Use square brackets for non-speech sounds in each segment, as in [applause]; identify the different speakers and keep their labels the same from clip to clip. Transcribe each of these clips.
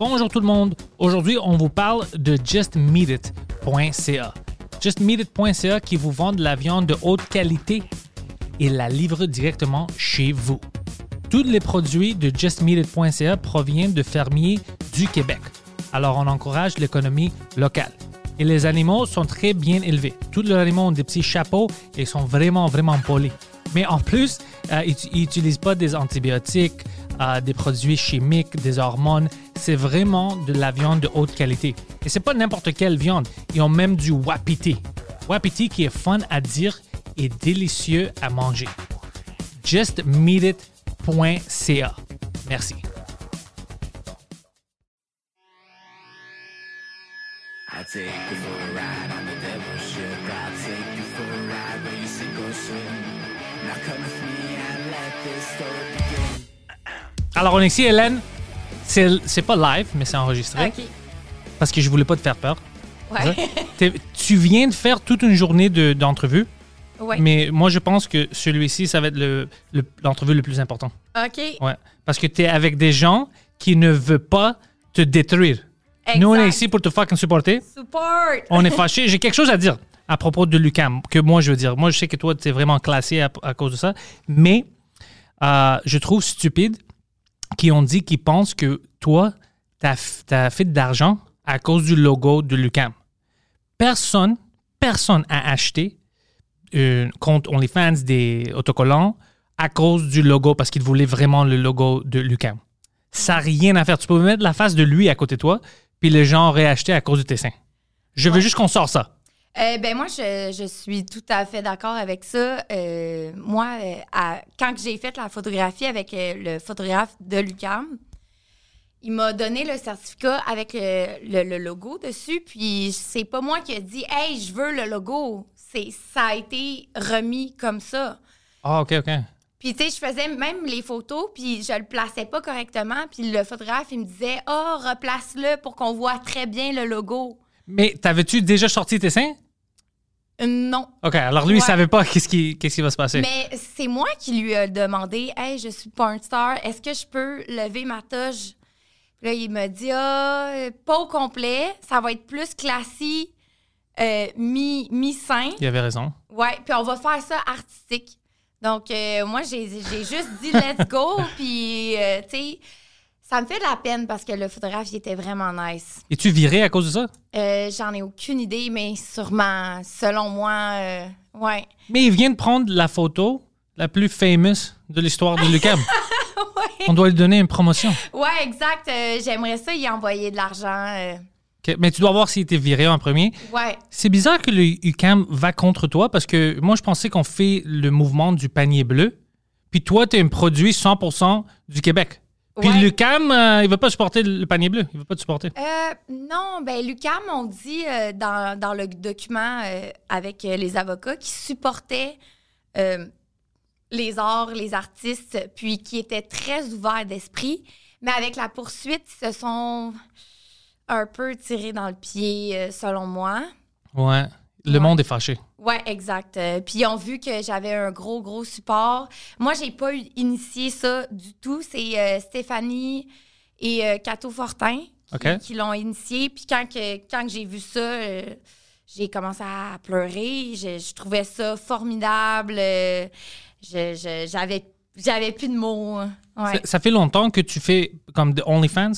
Speaker 1: Bonjour tout le monde. Aujourd'hui, on vous parle de justmeatit.ca. Justmeatit.ca qui vous vend de la viande de haute qualité et la livre directement chez vous. Tous les produits de justmeatit.ca proviennent de fermiers du Québec. Alors on encourage l'économie locale. Et les animaux sont très bien élevés. Tous les animaux ont des petits chapeaux et sont vraiment, vraiment polis. Mais en plus, euh, ils ils n'utilisent pas des antibiotiques, euh, des produits chimiques, des hormones. C'est vraiment de la viande de haute qualité. Et c'est pas n'importe quelle viande. Ils ont même du wapiti. Wapiti qui est fun à dire et délicieux à manger. Justmeatit.ca. Merci.
Speaker 2: I'll take you for a ride on the devil ship. I'll take you for a ride where you see ghost ship. Now come with me and let this story begin.
Speaker 1: Alors, on est ici, Hélène. C'est c'est pas live, mais c'est enregistré.
Speaker 3: Ok.
Speaker 1: Parce que je voulais pas te faire peur.
Speaker 3: Ouais.
Speaker 1: T'es- Tu viens de faire toute une journée de- d'entrevue,
Speaker 3: [laughs] ouais.
Speaker 1: mais moi, je pense que celui-ci, ça va être le- le- l'entrevue le, plus important.
Speaker 3: OK.
Speaker 1: Ouais. Parce que tu es avec des gens qui ne veulent pas te détruire. Nous, on est
Speaker 3: Exact.
Speaker 1: ici pour te fucking supporter.
Speaker 3: Support.
Speaker 1: On est fâchés. J'ai quelque chose à dire à propos de Lucam, que moi, je veux dire. Moi, je sais que toi, tu es vraiment classé à, à cause de ça, mais euh, je trouve stupide qui ont dit qu'ils pensent que toi, tu as, fait de l'argent à cause du logo de Lucam. Personne, personne a acheté un compte OnlyFans des autocollants à cause du logo parce qu'ils voulaient vraiment le logo de Lucam. Ça n'a rien à faire. Tu peux mettre la face de lui à côté de toi, puis les gens auraient acheté à cause du dessin. Je veux juste qu'on sort ça.
Speaker 3: Euh, ben moi, je, je suis tout à fait d'accord avec ça. Euh, moi, euh, à- quand que j'ai fait la photographie avec euh, le photographe de l'UCAM, il m'a donné le certificat avec le, le- le logo dessus. Puis c'est pas moi qui ai dit Hey, je veux le logo. C'est ça a été remis comme ça.
Speaker 1: Ah, OK, OK.
Speaker 3: Puis, tu sais, je faisais même les photos, puis je le plaçais pas correctement. Puis le photographe, il me disait Ah, replace-le pour qu'on voit très bien le logo.
Speaker 1: Mais t'avais-tu déjà sorti tes seins?
Speaker 3: Euh, Non.
Speaker 1: OK, alors lui, il
Speaker 3: Ouais.
Speaker 1: savait pas qu'est-ce qui, qu'est-ce qui va se passer.
Speaker 3: Mais c'est moi qui lui ai demandé Hey, je suis porn star, est-ce que je peux lever ma toge Puis là, il m'a dit Ah, euh, pas au complet, ça va être plus classique, euh, mi- mi-sein.
Speaker 1: Il avait raison.
Speaker 3: Ouais, puis on va faire ça artistique. Donc, euh, moi, j'ai j'ai juste dit let's go, puis, euh, tu sais, ça me fait de la peine parce que le photographe, il était vraiment nice.
Speaker 1: Et tu viré à cause de ça?
Speaker 3: Euh, J'en ai aucune idée, mais sûrement, selon moi, euh, ouais.
Speaker 1: Mais il vient de prendre la photo la plus famous de l'histoire de Lucam. On doit lui donner une promotion.
Speaker 3: Ouais, exact. euh, J'aimerais ça y envoyer de l'argent. euh,
Speaker 1: OK, Mais tu dois voir s'il était viré en premier.
Speaker 3: ouais.
Speaker 1: C'est bizarre que le UCAM va contre toi parce que moi, je pensais qu'on fait le mouvement du panier bleu. Puis toi, tu es un produit 100% du Québec. Puis
Speaker 3: Ouais.
Speaker 1: l'UCAM, euh, il veut pas supporter le panier bleu. Il veut pas te supporter.
Speaker 3: Euh, non, ben Lucam, on dit euh, dans, dans le document euh, avec euh, les avocats qui supportaient euh, les arts, les artistes, puis qui étaient très ouverts d'esprit. Mais avec la poursuite, ils se sont un peu tirés dans le pied, euh, selon moi.
Speaker 1: Ouais. Le monde est fâché.
Speaker 3: Ouais, exact. Euh, puis ils ont vu que j'avais un gros, gros support. Moi, j'ai pas eu- initié ça du tout. C'est euh, Stéphanie et euh, Cato Fortin qui,
Speaker 1: OK.
Speaker 3: qui l'ont initié. Puis quand, que, quand que j'ai vu ça, euh, j'ai commencé à pleurer. Je, je trouvais ça formidable. Euh, je- je- J'avais j'avais plus de mots. hein. Ouais.
Speaker 1: Ça, ça fait longtemps que tu fais comme de OnlyFans?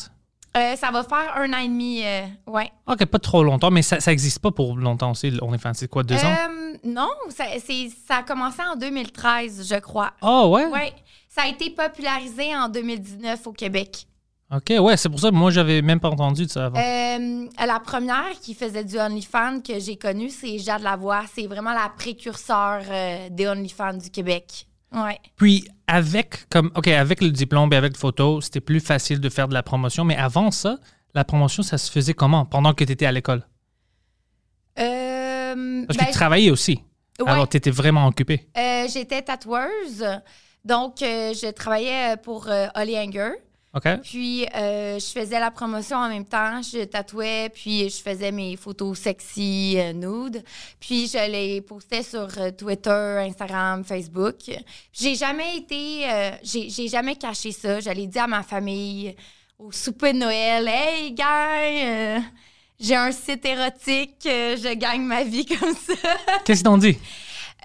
Speaker 3: Euh, ça va faire un an et demi. euh, ouais.
Speaker 1: OK, pas trop longtemps, mais ça n'existe pas pour longtemps aussi, le OnlyFans. C'est quoi, deux ans?
Speaker 3: Euh, non, ça, c'est- ça a commencé en 2013, je crois.
Speaker 1: Oh,
Speaker 3: [laughs]
Speaker 1: ouais?
Speaker 3: Oui, ça a été popularisé en 2019 au Québec.
Speaker 1: OK, ouais, c'est pour ça que moi, j'avais même pas entendu de ça avant.
Speaker 3: Euh, la première qui faisait du OnlyFans que j'ai connue, c'est Jade Lavoie. C'est vraiment la précurseur euh, des OnlyFans du Québec. Ouais.
Speaker 1: Puis avec comme OK, avec le diplôme et avec le photo, c'était plus facile de faire de la promotion, mais avant ça, la promotion ça se faisait comment pendant que tu étais à l'école
Speaker 3: Euh,
Speaker 1: Parce que
Speaker 3: ben,
Speaker 1: tu travaillais aussi.
Speaker 3: ouais.
Speaker 1: Alors tu étais vraiment occupé.
Speaker 3: Euh, j'étais tatoueuse. Donc, euh, je travaillais euh, pour euh, Holly Hanger.
Speaker 1: OK
Speaker 3: [laughs] Puis, euh, je faisais la promotion en même temps. Je tatouais, puis je faisais mes photos sexy, euh, nude. Puis, je les postais sur euh, Twitter, Instagram, Facebook. J'ai jamais été... euh, j'ai, j'ai jamais caché ça. Je l'ai dit à ma famille au souper de Noël. « Hey, gars, euh, j'ai un site érotique. euh, je gagne ma vie [laughs] comme ça. »
Speaker 1: Qu'est-ce qu'on dit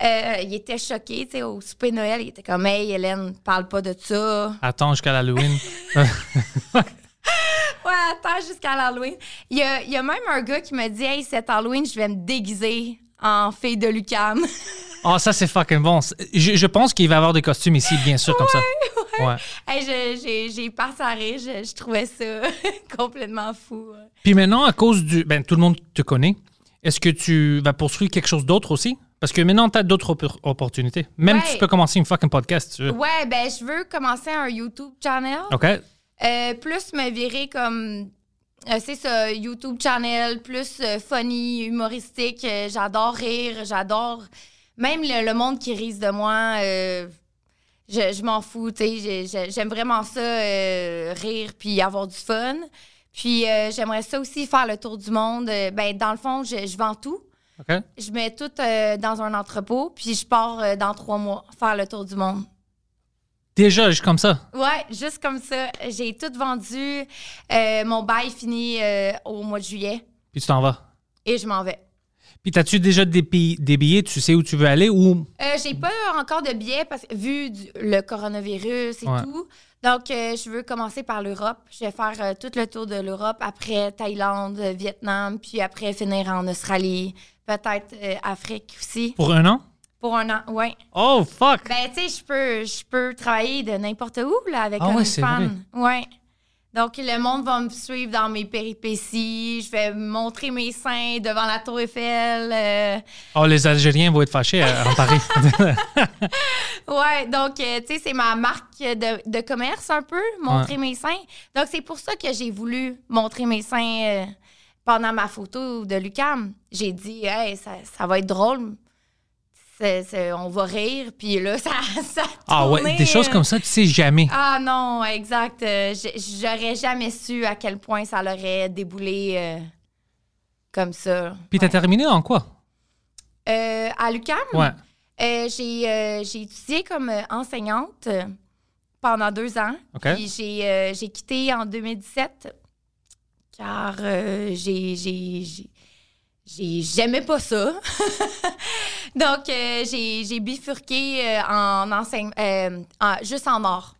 Speaker 3: Euh, il était choqué, tu sais, au souper de Noël, il était comme Hey Hélène, parle pas de ça.
Speaker 1: Attends jusqu'à l'Halloween.
Speaker 3: Ouais, attends jusqu'à l'Halloween. Il y a, il y a même un gars qui m'a dit Hey, cet Halloween, je vais me déguiser en fille de Lucam. [laughs]
Speaker 1: oh, ça c'est fucking bon. Je, je pense qu'il va y avoir des costumes ici bien sûr comme ça.
Speaker 3: ouais.
Speaker 1: Ouais.
Speaker 3: Hey, je- j'ai- j'ai passé à rire, je, je trouvais ça [laughs] complètement fou.
Speaker 1: Puis maintenant, à cause du. Ben, tout le monde te connaît. Est-ce que tu vas poursuivre quelque chose d'autre aussi? Parce que maintenant, tu as d'autres oppor- opportunités. Même
Speaker 3: Ouais.
Speaker 1: tu peux commencer une fucking podcast. si tu veux.
Speaker 3: Ouais, ben, je veux commencer un YouTube channel.
Speaker 1: OK?
Speaker 3: Euh, plus me virer comme. euh, c'est ça, YouTube channel, plus euh, funny, humoristique. Euh, j'adore rire, j'adore. Même le, le monde qui rise de moi, euh, je, je m'en fous, tu sais. j'ai- j'ai- J'aime vraiment ça, euh, rire puis avoir du fun. Puis euh, j'aimerais ça aussi faire le tour du monde. Euh, ben, dans le fond, je, je vends tout.
Speaker 1: OK?
Speaker 3: Je mets tout euh, dans un entrepôt, puis je pars euh, dans trois mois faire le tour du monde.
Speaker 1: Déjà, juste comme ça.
Speaker 3: Ouais, juste comme ça. J'ai tout vendu. Euh, mon bail finit euh, au mois de juillet
Speaker 1: Puis tu t'en vas.
Speaker 3: et je m'en vais.
Speaker 1: Puis t'as-tu déjà des, pi- des billets? Tu sais où tu veux aller? Ou.
Speaker 3: Euh, j'ai pas encore de billets parce que vu du- le coronavirus et
Speaker 1: Ouais.
Speaker 3: tout. Donc, euh, je veux commencer par l'Europe. Je vais faire euh, tout le tour de l'Europe, après Thaïlande, euh, Vietnam, puis après finir en Australie, peut-être euh, Afrique aussi,
Speaker 1: Pour un an?
Speaker 3: pour un an. Ouais.
Speaker 1: Oh, fuck!
Speaker 3: Ben, tu sais, je peux, je peux travailler de n'importe où, là, avec
Speaker 1: Ah
Speaker 3: un
Speaker 1: ouais, c'est
Speaker 3: fan.
Speaker 1: vrai.
Speaker 3: Ouais. Donc, le monde va me suivre dans mes péripéties. Je vais montrer mes seins devant la Tour Eiffel. euh,
Speaker 1: Oh, les Algériens vont être fâchés euh, en
Speaker 3: [laughs]
Speaker 1: Paris.
Speaker 3: Ouais, donc, euh, tu sais, c'est ma marque de, de commerce un peu, montrer mes seins. Donc, c'est pour ça que j'ai voulu montrer mes seins euh, pendant ma photo de Lucam. J'ai dit, hey, ça, ça va être drôle. C'est- c'est- on va rire, puis là, [laughs] ça, ça a
Speaker 1: ah ouais,
Speaker 3: tourné,
Speaker 1: des choses
Speaker 3: euh,
Speaker 1: comme ça, tu sais jamais.
Speaker 3: Ah non, exact. Euh, j- J'aurais jamais su à quel point ça l'aurait déboulé euh, comme ça.
Speaker 1: Puis t'as terminé en quoi?
Speaker 3: Euh, à l'UCAM,
Speaker 1: Ouais.
Speaker 3: euh, j'ai euh, j'ai étudié comme euh, enseignante euh, pendant deux ans.
Speaker 1: OK.
Speaker 3: Puis j'ai euh, j'ai quitté en 2017 car euh, j'ai- j'ai- j'ai- j'ai- j'aimais pas ça. [laughs] Donc, euh, j'ai j'ai bifurqué euh, en enseignement, juste en art.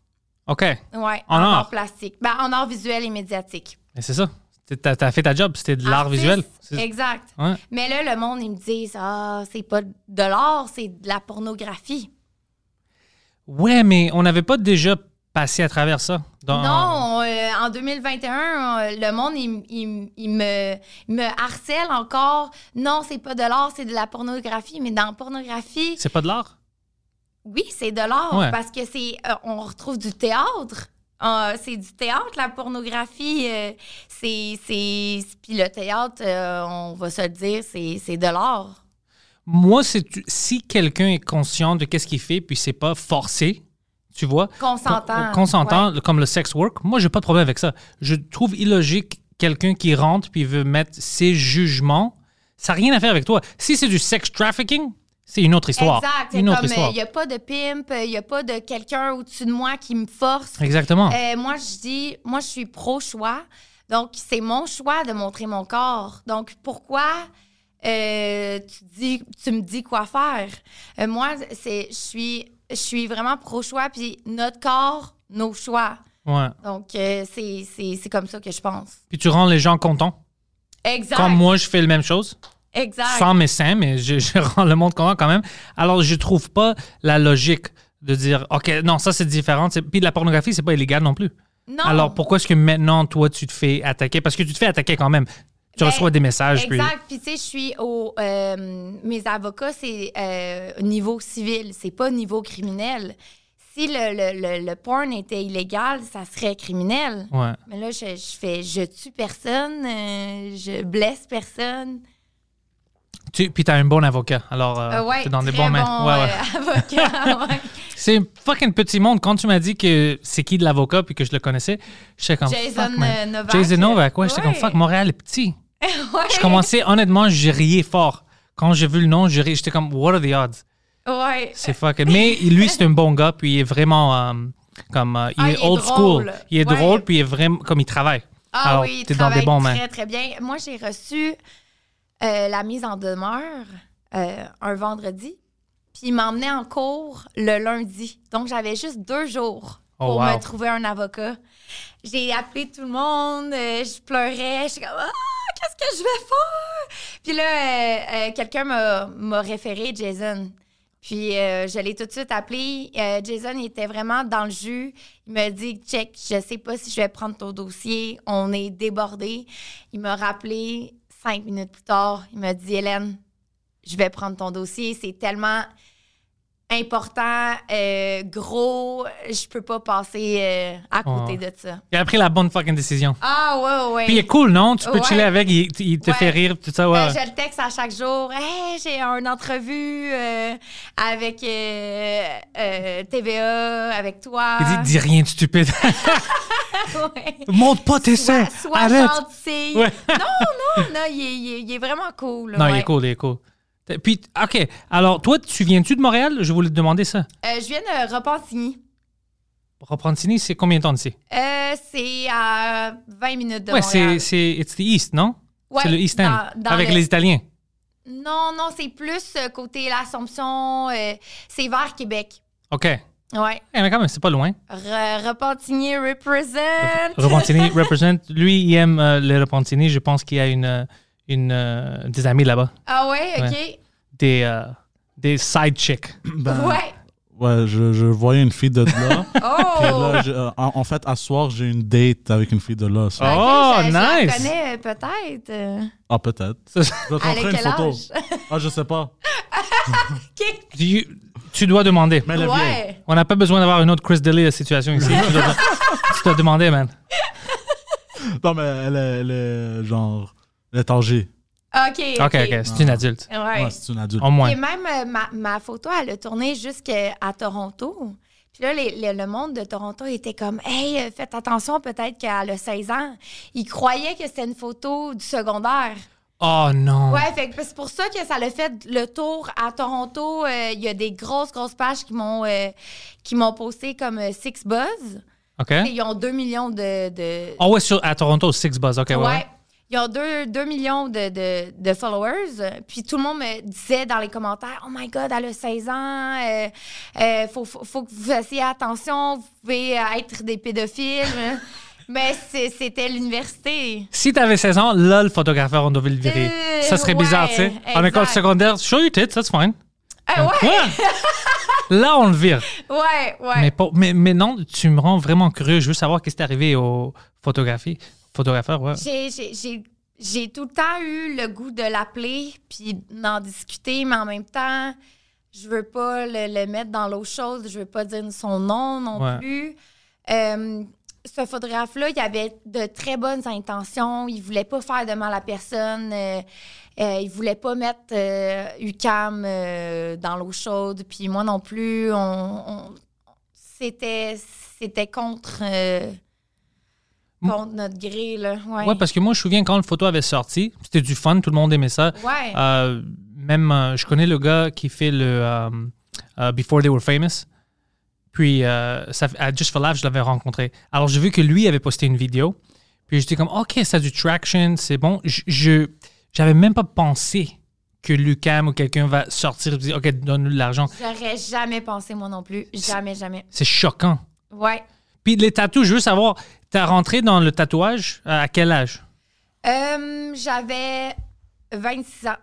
Speaker 1: OK.
Speaker 3: Ouais,
Speaker 1: En
Speaker 3: en,
Speaker 1: art.
Speaker 3: art plastique. Ben, en art visuel et médiatique.
Speaker 1: Mais c'est ça. T'as t'as fait ta job, c'était de l'art
Speaker 3: Artiste,
Speaker 1: visuel. C'est- Ah.
Speaker 3: Exact.
Speaker 1: Ouais.
Speaker 3: Mais là, le monde, ils me disent Ah, c'est pas de l'art, c'est de la pornographie.
Speaker 1: Ouais, mais on n'avait pas déjà passé à travers ça. dans-
Speaker 3: Non, euh, en 2021, euh, le monde, il, il- il me, il me harcèle encore. Non, c'est pas de l'art, c'est de la pornographie. Mais dans la pornographie,
Speaker 1: C'est pas de l'art?
Speaker 3: oui, c'est de l'art
Speaker 1: Ouais.
Speaker 3: parce que c'est, euh, on retrouve du théâtre. Euh, c'est du théâtre, la pornographie. euh, c'est, c'est, puis le théâtre, euh, on va se le dire, c'est, c'est de l'art.
Speaker 1: Moi, c'est tu- si quelqu'un est conscient de qu'est-ce qu'il fait, puis c'est pas forcé, tu vois.
Speaker 3: Consentant.
Speaker 1: Con- consentant, le- comme le sex work, moi, j'ai pas de problème avec ça. Je trouve illogique quelqu'un qui rentre puis veut mettre ses jugements. Ça n'a rien à faire avec toi. Si c'est du sex trafficking, c'est une autre histoire.
Speaker 3: Exact. C'est
Speaker 1: Une autre
Speaker 3: comme, euh,
Speaker 1: histoire.
Speaker 3: il n'y a pas de pimp, il n'y a pas de quelqu'un au-dessus de moi qui me force.
Speaker 1: Exactement.
Speaker 3: [laughs] Euh, moi, je dis, moi, je suis pro-choix. Donc, c'est mon choix de montrer mon corps. Donc, pourquoi euh, tu, dis, tu me dis quoi faire? Euh, moi, c'est, je suis, je suis vraiment pro-choix. Puis, notre corps, nos choix.
Speaker 1: Ouais.
Speaker 3: Donc, euh, c'est, c'est, c'est comme ça que je pense.
Speaker 1: Puis tu rends les gens contents.
Speaker 3: Exact.
Speaker 1: Comme moi, je fais la même chose.
Speaker 3: Exact.
Speaker 1: sans mes seins, mais je, je [laughs] rends le monde content quand même. Alors, je trouve pas la logique de dire, OK, non, ça c'est différent. C'est- Puis la pornographie, c'est pas illégal non plus.
Speaker 3: Non.
Speaker 1: Alors, pourquoi est-ce que maintenant, toi, tu te fais attaquer? Parce que tu te fais attaquer quand même. Tu
Speaker 3: Ben,
Speaker 1: reçois des messages. puis-
Speaker 3: Exact. Puis, tu sais, je suis au. euh, mes avocats, c'est euh, niveau civil, c'est pas niveau criminel. Si le, le, le- le porn était illégal, ça serait criminel.
Speaker 1: Ouais.
Speaker 3: Mais là, je, je fais. Je tue personne, euh, je blesse personne.
Speaker 1: Tu, puis t'as un bon avocat. Alors, euh,
Speaker 3: Euh, ouais,
Speaker 1: t'es dans des
Speaker 3: très
Speaker 1: bons mains.
Speaker 3: bon,
Speaker 1: Ouais, ouais. [laughs]
Speaker 3: euh, avocat, ouais.
Speaker 1: C'est fucking petit monde. Quand tu m'as dit que c'est qui de l'avocat puis que je le connaissais, j'étais comme
Speaker 3: Jason,
Speaker 1: fuck, man.
Speaker 3: euh, Novak.
Speaker 1: Jason Novak, ouais, j'étais comme
Speaker 3: Ouais.
Speaker 1: fuck, Montréal est petit.
Speaker 3: Ouais. [laughs]
Speaker 1: Je commençais, honnêtement, j'ai riais fort. Quand j'ai vu le nom, j'ai ri- j'étais comme what are the odds?
Speaker 3: Ouais.
Speaker 1: C'est fucking. Mais lui, c'est un bon gars, puis il est vraiment euh, comme. euh, il,
Speaker 3: Ah,
Speaker 1: est
Speaker 3: il est
Speaker 1: old
Speaker 3: drôle.
Speaker 1: school. Il est
Speaker 3: Ouais.
Speaker 1: drôle, puis il est vraiment. Comme il travaille.
Speaker 3: Ah
Speaker 1: Alors,
Speaker 3: oui,
Speaker 1: t'es
Speaker 3: il
Speaker 1: dans des
Speaker 3: travaille
Speaker 1: bons mains.
Speaker 3: très, très bien. Moi, j'ai reçu euh, la mise en demeure euh, un vendredi, puis il m'emmenait en cours le lundi. Donc, j'avais juste deux jours
Speaker 1: Oh,
Speaker 3: pour
Speaker 1: wow.
Speaker 3: me trouver un avocat. J'ai appelé tout le monde, euh, je pleurais, je suis comme « Ah, qu'est-ce que je vais faire? » Puis là, euh, euh, quelqu'un m'a- m'a référé Jason. Puis euh, je l'ai tout de suite appelé. Euh, Jason il était vraiment dans le jus. Il m'a dit check, je sais pas si je vais prendre ton dossier. On est débordé. Il m'a rappelé cinq minutes plus tard. Il m'a dit Hélène, je vais prendre ton dossier. C'est tellement important, euh, gros. Je peux pas passer euh, à côté
Speaker 1: Ouais.
Speaker 3: de ça.
Speaker 1: Il a pris la bonne fucking décision.
Speaker 3: Ah ouais ouais.
Speaker 1: Puis il est cool, non? Tu peux
Speaker 3: Ouais.
Speaker 1: chiller avec, il, il te
Speaker 3: Ouais.
Speaker 1: fait rire, tout ça, ouais.
Speaker 3: Ben, je le texte à chaque jour. Hey, j'ai une entrevue euh, avec euh, euh, TVA, avec toi.
Speaker 1: Il dit, dis rien de stupide. [laughs]
Speaker 3: [laughs] Ouais.
Speaker 1: Montre pas tes seins.
Speaker 3: Sois, sois
Speaker 1: Arrête.
Speaker 3: gentil.
Speaker 1: Ouais.
Speaker 3: non, non, non, il est, il est- il est vraiment cool.
Speaker 1: Non, il
Speaker 3: ouais.
Speaker 1: est cool, il est cool. T'as- Puis, OK. Alors, toi, tu viens-tu de Montréal? Je voulais te demander ça.
Speaker 3: Euh, je viens de Repentigny.
Speaker 1: Repentigny, c'est combien de temps d'ici?
Speaker 3: Euh, c'est à 20 minutes de
Speaker 1: Ouais, c'est,
Speaker 3: Montréal.
Speaker 1: c'est it's the East, non?
Speaker 3: Ouais,
Speaker 1: c'est le East End,
Speaker 3: dans- dans
Speaker 1: avec
Speaker 3: le-
Speaker 1: les Italiens.
Speaker 3: Non, non, c'est plus euh, côté l'Assomption. euh, c'est vers Québec.
Speaker 1: OK. Eh,
Speaker 3: Ouais.
Speaker 1: mais quand même, c'est pas loin.
Speaker 3: Re- Repentigny represent.
Speaker 1: Repentigny represent. Lui, il aime euh, le Repentigny. Je pense qu'il y a une, euh, une, euh, des amis là-bas.
Speaker 3: Ah ouais, OK.
Speaker 1: Des, euh, des side chicks.
Speaker 4: Ben,
Speaker 3: Ouais.
Speaker 4: ouais, je, je voyais une fille de là. Puis
Speaker 3: Oh!
Speaker 4: là, je- euh, en, en fait, à ce soir, j'ai une date avec une fille de là. so-
Speaker 1: Ah.
Speaker 4: Ah,
Speaker 1: Oh,
Speaker 3: Ok, je- je la
Speaker 1: nice.
Speaker 3: connais euh, peut-être. euh.
Speaker 4: peut-être.
Speaker 1: Ça-
Speaker 4: Je vais te
Speaker 3: Elle a
Speaker 4: montrer une
Speaker 3: quel
Speaker 4: photo.
Speaker 3: âge?
Speaker 4: Ah, je sais pas.
Speaker 3: Ok.
Speaker 1: tu, tu dois demander.
Speaker 4: Mais elle est vieille.
Speaker 3: Ouais.
Speaker 1: On n'a pas besoin d'avoir une autre Chris Daly de situation ici. tu dois- tu dois demander, man.
Speaker 4: Non, mais elle est, elle est genre. Elle est âgée.
Speaker 3: OK.
Speaker 1: OK, OK. C'est une adulte.
Speaker 3: Ouais.
Speaker 4: Ouais, c'est une adulte.
Speaker 1: Au moins.
Speaker 3: Et même euh, ma, ma photo, elle a tourné jusqu'à à Toronto. Puis là, les- les- le monde de Toronto était comme Hey, euh, faites attention, peut-être qu'elle a 16 ans. Ils croyaient que c'était une photo du secondaire.
Speaker 1: Oh non.
Speaker 3: Ouais, fait que c'est pour ça que ça l'a fait le tour à Toronto. Euh, Il y a des grosses, grosses pages qui m'ont euh, qui m'ont posté comme euh, Six Buzz.
Speaker 1: OK.
Speaker 3: Ils ont 2 millions de- de,
Speaker 1: Ah ouais, sur, à Toronto, Six Buzz. OK, ouais.
Speaker 3: Ouais.
Speaker 1: ouais.
Speaker 3: Ils ont 2 millions de, de- de followers. Puis tout le monde me disait dans les commentaires Oh my God, elle a 16 ans, euh, euh, faut, faut- faut que vous fassiez attention, vous pouvez euh, être
Speaker 1: [laughs]
Speaker 3: des pédophiles. Mais c'est- c'était l'université.
Speaker 1: Si t'avais 16 ans, là, le photographeur, on devait le virer.
Speaker 3: Euh,
Speaker 1: ça serait
Speaker 3: ouais,
Speaker 1: bizarre, tu sais. En
Speaker 3: exact.
Speaker 1: école secondaire, show your tits, that's fine. Hein?
Speaker 3: Ah ouais, [laughs]
Speaker 1: là, on le vire.
Speaker 3: ouais, ouais.
Speaker 1: Mais, pas- mais, mais non, tu me rends vraiment curieux. Je veux savoir qu'est-ce qui est arrivé au photographies. Photographeur, ouais.
Speaker 3: J'ai- j'ai- j'ai- J'ai tout le temps eu le goût de l'appeler puis d'en discuter, mais en même temps, je veux pas le, le mettre dans l'eau chaude, je veux pas dire son nom non
Speaker 1: Ouais.
Speaker 3: plus. Euh, ce photographe-là, il avait de très bonnes intentions, il voulait pas faire de mal à personne, euh, euh, il voulait pas mettre euh, UCAM euh, dans l'eau chaude, puis moi non plus, on, on- c'était c'était contre, euh, contre notre gré, là. Ouais.
Speaker 1: Ouais, parce que moi, je me souviens quand le photo avait sorti, c'était du fun, tout le monde aimait ça.
Speaker 3: Ouais.
Speaker 1: Euh, même, euh, je connais le gars qui fait le euh, euh, Before They Were Famous. Puis, euh, ça, à Just for Life, je l'avais rencontré. Alors, j'ai vu que lui avait posté une vidéo. Puis, j'étais comme, OK, ça a du traction, c'est bon. Je- Je j'avais même pas pensé que Lucam ou quelqu'un va sortir et dire, OK, donne-nous de l'argent.
Speaker 3: J'aurais jamais pensé, moi non plus. Jamais, jamais.
Speaker 1: C'est choquant.
Speaker 3: Ouais.
Speaker 1: Puis, les tatous, je veux savoir, t'as rentré dans le tatouage euh, à quel âge?
Speaker 3: Euh, J'avais 26 ans.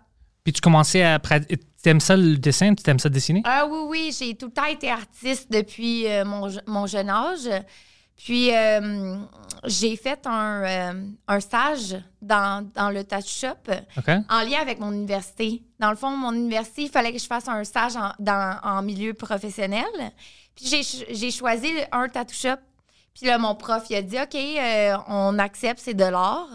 Speaker 1: Puis, tu commençais à... prat- T'aimes ça le dessin? Tu t'aimes ça dessiner?
Speaker 3: Ah oui, oui, j'ai tout le temps été artiste depuis euh, mon, je- mon jeune âge. Puis, euh, j'ai fait un, euh, un stage dans, dans le tattoo shop
Speaker 1: OK?
Speaker 3: en lien avec mon université. Dans le fond, mon université, il fallait que je fasse un stage en, dans- en milieu professionnel. Puis j'ai ch- j'ai choisi un tattoo shop. Puis là, mon prof, il a dit, OK, euh, on accepte, c'est de l'art.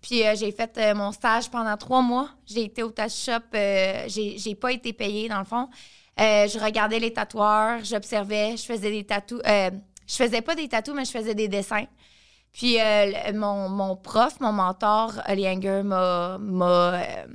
Speaker 3: Puis euh, j'ai fait euh, mon stage pendant trois mois. J'ai été au tattoo shop. euh, j'ai j'ai pas été payée, dans le fond. Euh, je regardais les tatoueurs, j'observais, je faisais des tatous. euh, je faisais pas des tatous, mais je faisais des dessins. Puis euh, le- mon, mon prof, mon mentor, Olianger, m'a m'a, euh,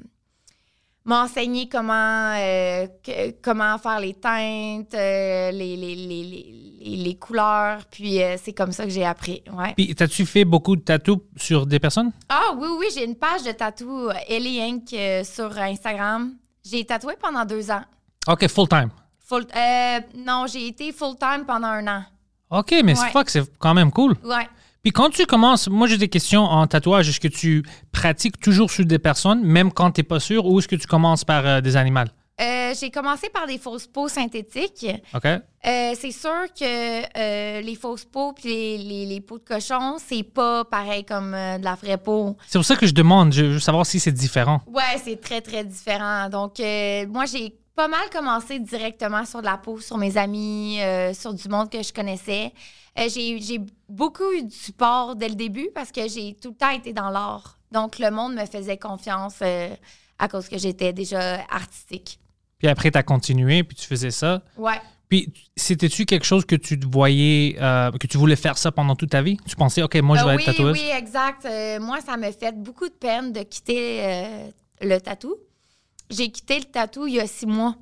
Speaker 3: m'a enseigné comment, euh, que- comment faire les teintes, euh, les, les, les, les- les- les couleurs. Puis euh, c'est comme ça que j'ai appris. Ouais.
Speaker 1: Puis, t'as-tu fait beaucoup de tatous sur des personnes?
Speaker 3: Ah oui, oui, j'ai une page de tatou euh, Ellie Inc. euh, sur Instagram. J'ai tatoué pendant deux ans.
Speaker 1: OK, full-time.
Speaker 3: Full- euh, non, j'ai été full-time pendant un an.
Speaker 1: OK, mais c'est
Speaker 3: Ouais.
Speaker 1: fuck, c'est quand même cool.
Speaker 3: Ouais.
Speaker 1: Puis quand tu commences, moi j'ai des questions en tatouage. Est-ce que tu pratiques toujours sur des personnes, même quand t'es pas sûr, ou est-ce que tu commences par euh, des animaux?
Speaker 3: Euh, j'ai commencé par des fausses peaux synthétiques.
Speaker 1: OK?
Speaker 3: Euh, c'est sûr que euh, les fausses peaux puis les, les- les peaux de cochon, c'est pas pareil comme euh, de la vraie peau.
Speaker 1: C'est pour ça que je demande, je veux savoir si c'est différent.
Speaker 3: Ouais, c'est très, très différent. Donc, euh, moi, j'ai pas mal commencé directement sur de la peau, sur mes amis, euh, sur du monde que je connaissais. Euh, j'ai j'ai beaucoup eu du support dès le début parce que j'ai tout le temps été dans l'art. Donc, le monde me faisait confiance euh, à cause que j'étais déjà artistique.
Speaker 1: Puis après, t'as continué, puis tu faisais ça.
Speaker 3: Ouais.
Speaker 1: Puis c'était-tu quelque chose que tu te voyais, euh, que tu voulais faire ça pendant toute ta vie? Tu pensais, OK, moi je
Speaker 3: Ah
Speaker 1: vais
Speaker 3: oui,
Speaker 1: être tatoueuse?
Speaker 3: Oui, exact. Euh, moi, ça me fait beaucoup de peine de quitter euh, le tatou. J'ai quitté le tatou il y a six mois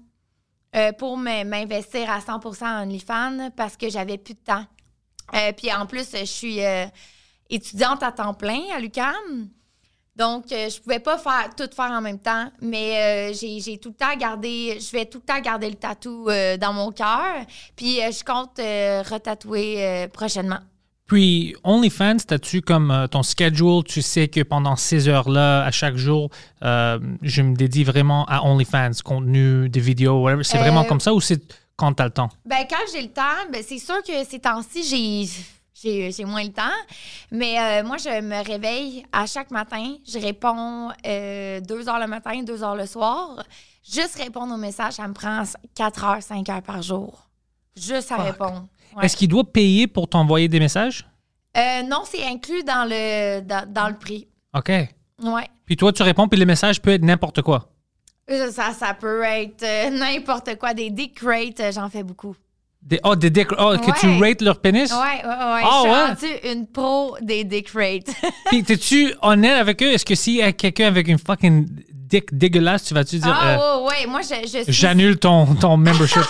Speaker 3: euh, pour me- m'investir à 100 en OnlyFans parce que j'avais plus de temps. Euh, puis en plus, je suis euh, étudiante à temps plein à l'UQAM. Donc, euh, je pouvais pas faire tout faire en même temps, mais euh, j'ai j'ai tout le temps gardé, je vais tout le temps garder le tatou euh, dans mon cœur. Puis euh, je compte euh, retatouer euh, prochainement.
Speaker 1: Puis OnlyFans, t'as-tu comme euh, ton schedule? Tu sais que pendant ces heures-là, à chaque jour, euh, je me dédie vraiment à OnlyFans, contenu, des vidéos, whatever. C'est vraiment
Speaker 3: Euh,
Speaker 1: comme ça ou c'est quand t'as le temps?
Speaker 3: Ben, quand j'ai le temps, ben, c'est sûr que ces temps-ci, j'ai. J'ai, j'ai moins le temps, mais euh, moi, je me réveille à chaque matin. Je réponds euh, deux heures le matin, deux heures le soir. Juste répondre aux messages, ça me prend 4 heures, 5 heures par jour. Juste à répondre. Ouais.
Speaker 1: Est-ce qu'il doit payer pour t'envoyer des messages?
Speaker 3: Euh, non, c'est inclus dans le, dans, dans le prix.
Speaker 1: OK.
Speaker 3: Ouais.
Speaker 1: Puis toi, tu réponds, puis le message peut être n'importe quoi.
Speaker 3: Euh, Ça, ça peut être euh, n'importe quoi. Des dick rates, euh, j'en fais beaucoup.
Speaker 1: Des, oh, des déc- oh, que tu
Speaker 3: Ouais.
Speaker 1: rates leur pénis?
Speaker 3: Ouais, ouais, ouais.
Speaker 1: Ah,
Speaker 3: je suis
Speaker 1: ouais?
Speaker 3: rendue une pro des dick rates. [laughs]
Speaker 1: Puis t'es-tu honnête avec eux? Est-ce que s'il y a quelqu'un avec une fucking dick dégueulasse, tu vas-tu dire euh,
Speaker 3: Ah, ouais, ouais, moi, je, je suis.
Speaker 1: j'annule ton, ton
Speaker 3: [laughs]
Speaker 1: membership?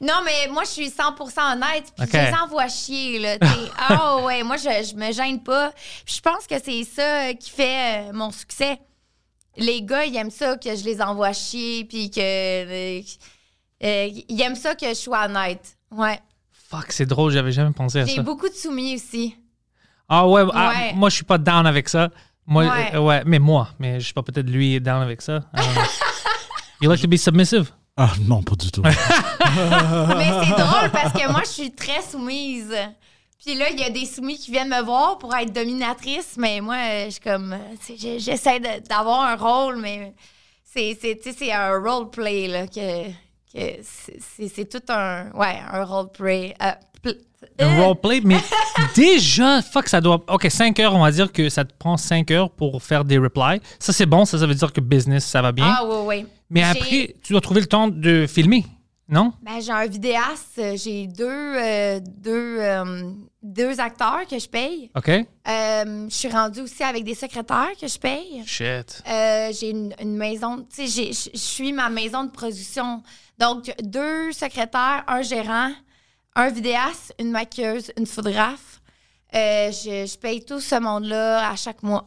Speaker 3: Non, mais moi, je suis 100 honnête. Puis
Speaker 1: Ok.
Speaker 3: je les envoie chier, là. t'sais.
Speaker 1: [laughs]
Speaker 3: Ah, ouais, moi, je, je me gêne pas. Puis je pense que c'est ça euh, qui fait euh, mon succès. Les gars, ils aiment ça que je les envoie chier, puis que. euh, euh, ils aiment ça que je sois honnête. Ouais.
Speaker 1: Fuck, c'est drôle, j'avais jamais pensé à
Speaker 3: J'ai
Speaker 1: ça.
Speaker 3: beaucoup de soumis aussi.
Speaker 1: Ah ouais, ah,
Speaker 3: Ouais.
Speaker 1: moi je suis pas down avec ça. Moi,
Speaker 3: Ouais.
Speaker 1: euh, ouais, mais moi, mais je sais pas, peut-être lui est down avec ça. I
Speaker 3: [laughs]
Speaker 1: don't know. you like to be submissive?
Speaker 4: Ah non, pas du tout.
Speaker 3: Mais c'est drôle parce que moi, je suis très soumise. Puis là, il y a des soumis qui viennent me voir pour être dominatrice, mais moi, euh, je suis comme. euh, tu sais, j'ai- J'essaie de- d'avoir un rôle, mais c'est c'est- tu sais, c'est un role play, là, que. que c'est- c'est c'est tout un. Ouais, un role play. euh, pl-
Speaker 1: Un
Speaker 3: euh,
Speaker 1: roleplay, mais déjà, fuck, ça doit. Ok, 5 heures, on va dire que ça te prend 5 heures pour faire des replies. Ça c'est bon, ça, ça veut dire que business, ça va bien.
Speaker 3: Ah, oui, oui.
Speaker 1: mais après, tu dois trouver le temps de filmer, non?
Speaker 3: Ben, j'ai un vidéaste, euh, j'ai deux, euh, deux, euh, deux acteurs que je paye.
Speaker 1: Ok?
Speaker 3: Euh, je suis rendue aussi avec des secrétaires que je paye.
Speaker 1: Shit.
Speaker 3: Euh, j'ai une, une maison, tu sais, j'ai- je je suis ma maison de production. Donc, deux secrétaires, un gérant, un vidéaste, une maquilleuse, une photographe. Euh, je, je paye tout ce monde-là à chaque mois.